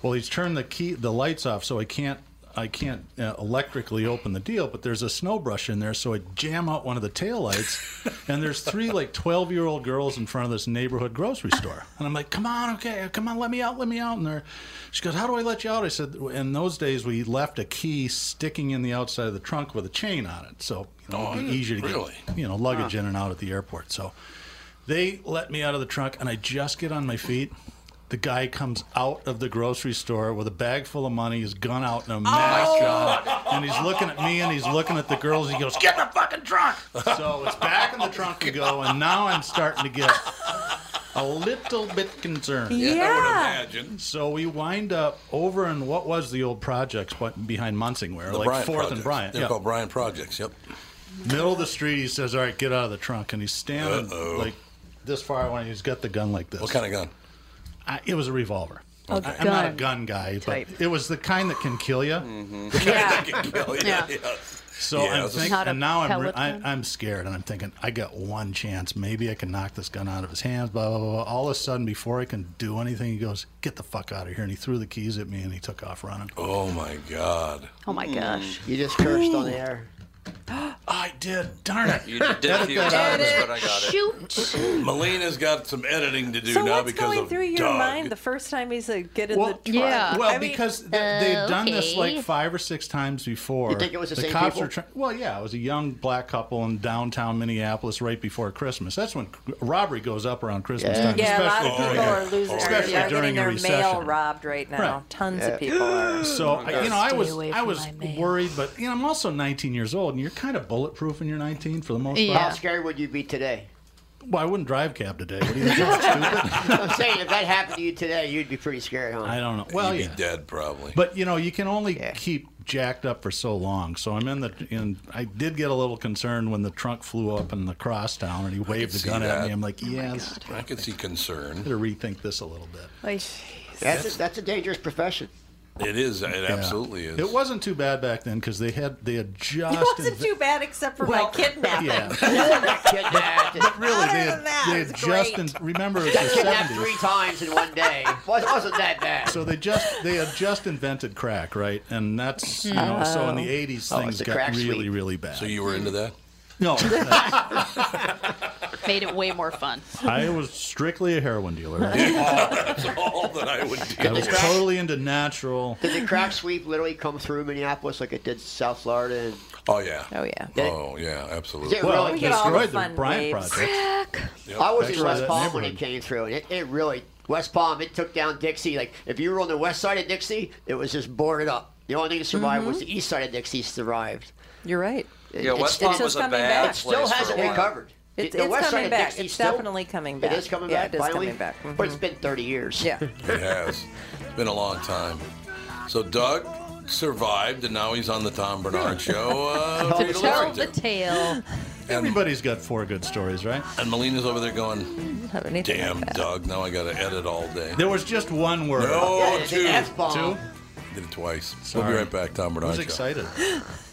G: Well, he's turned the key, the lights off, so I can't. I can't uh, electrically open the deal, but there's a snow brush in there, so I jam out one of the taillights, and there's three like 12 year old girls in front of this neighborhood grocery store. And I'm like, come on, okay, come on, let me out, let me out. And they're, she goes, how do I let you out? I said, in those days, we left a key sticking in the outside of the trunk with a chain on it. So, you know,
A: Oh,
G: it'd be easier to
A: really?
G: get, you know, luggage
A: Huh.
G: in and out at the airport. So they let me out of the trunk, and I just get on my feet. The guy comes out of the grocery store with a bag full of money, his gun out in a mask
L: God.
G: on, and he's looking at me and he's looking at the girls. He goes, "Get the fucking trunk!" So it's back in the trunk we go, and now I'm starting to get a little bit concerned.
L: Yeah, I would Yeah. imagine.
G: So we wind up over in what was the old projects what- behind Munsingware,
A: The
G: like
A: Bryant
G: Fourth and
A: Projects.
G: Bryant.
A: They're
G: yeah.
A: called Bryant Projects. Yep.
G: Middle of the street, he says, "All right, get out of the trunk," and he's standing
A: Uh-oh.
G: like this far away. and He's got the gun like this.
A: What kind of gun?
G: I, it was a revolver.
A: Oh,
G: I- I'm not a
A: gun
G: gun guy,
A: type.
G: but it was the kind that can kill you.
A: The kind that Mm-hmm. can kill you.
G: Yeah.
A: Yeah.
G: So
A: Yeah,
G: I'm
A: it's a-
G: thinking,
A: Not a
G: and now I'm re-
A: pellet
G: I,
A: gun?
G: I'm scared, and I'm thinking, I got one chance. Maybe I can knock this gun out of his hands. Blah blah blah. All of a sudden, before I can do anything, he goes, "Get the fuck out of here!" And he threw the keys at me, and he took off running.
A: Oh my God.
C: Oh my gosh.
F: You just cursed on the air.
G: I did. Darn it.
A: You did a few times, but I got it.
C: Shoot.
A: Melina's got some editing to do
B: so
A: now
B: what's
A: because
B: going
A: of
B: through your
A: Doug.
B: mind the first time he's like, get in the trunk?
G: Well,
B: Uh, I mean- uh,
G: because they, they've done this like five or six times before.
F: You think it was the same
G: cops
F: people?
G: were trying. Well, yeah, it was a young black couple in downtown Minneapolis right before Christmas. That's when c- robbery goes up around Christmas
B: Yeah,
G: time.
B: a lot of
G: especially
B: people
G: during-
B: are losing
G: especially
B: their, are
G: during
B: getting
G: a
B: their
G: recession.
B: mail robbed right now.
G: Right.
B: Tons of people are.
G: So
F: Oh
G: I- you know, I
B: Stay
G: was
B: away
G: I
B: from
G: was
B: my mail.
G: worried, but you know, I'm also 19 years old, and you're kind of bulletproof when you're 19 for the most
F: How
G: part.
F: scared would you be today?
G: Well, I wouldn't drive cab today. What do you think?
F: I'm saying if that happened to you today, you'd be pretty scared, huh?
G: I don't know. Well,
A: You'd
G: yeah.
A: be dead probably.
G: But you know, you can only keep jacked up for so long. So I'm in the in. I did get a little concerned when the trunk flew up in the crosstown, and he waved the
A: see
G: gun at
A: that.
G: me. I'm
F: Oh
G: like, yeah, this-
A: I could see concern.
G: better rethink this a little bit.
F: That's a, that's a dangerous profession.
A: It is. It
G: Yeah.
A: absolutely is.
G: It wasn't too bad back then because they had they had just
B: it wasn't
G: inve-
B: too bad except for my kidnapping.
G: Yeah.
F: But
G: really, they had, they had
F: it's
G: just
F: great.
G: in- remember it
F: Got
G: was the
F: kidnapped
G: 70s.
F: three times in one day. Was, wasn't that bad?
G: So they just they had just invented crack, right? And that's you know so in the
F: Oh.
G: 80s
F: Oh, it's
G: things
F: a
G: got
F: crack
G: really
F: suite.
G: really bad. So
A: you were into that?
G: No,
C: Made it way more fun.
G: I was strictly a heroin dealer.
A: That's all that I would do.
G: I was totally into natural.
F: Did the crack sweep literally come through Minneapolis like it did South Florida? And
A: Oh yeah.
B: Oh yeah.
A: Oh yeah. Absolutely.
F: Is it Well, really-
G: it
F: We get all
G: destroyed
F: the
G: the
F: fun
G: Bryant
F: waves.
G: project.
A: Yep.
F: I was
G: That's
F: in
G: right,
F: West
G: that
F: Palm when it
G: neighborhood.
F: came through, and it, it really West Palm. It took down Dixie. Like if you were on the west side of Dixie, it was just boarded up. The only thing that survived was the east side of Dixie survived.
B: Mm-hmm. You're right.
F: It-
E: Yeah,
F: it's
E: West
F: still-
E: Palm was a bad
F: It still
E: place for a
F: hasn't
E: while.
F: recovered.
B: It's,
F: the
B: it's
F: West
B: coming
F: Side
B: back.
F: Dixie
B: It's
F: still-
B: definitely coming back.
F: It is coming
B: yeah,
F: back.
B: It is
F: finally?
B: coming back. Mm-hmm.
F: But it's been 30 years.
B: Yeah.
A: It has. It's been a long time. So Doug survived, and now he's on the Tom Bernard Show. Uh, for you
C: to
A: to
C: tell
A: listen
C: the tale.
G: Everybody's got four good stories, right?
A: And Melina's over there going, "Damn, Doug! Now I got to edit all day."
G: There was just one word.
A: No,
G: Yeah, it's
A: two.
G: an F-bomb.
A: Did it twice. We'll
G: Sorry.
A: be right back, Tom
G: I
A: Bernard
G: was
A: Show.
G: excited.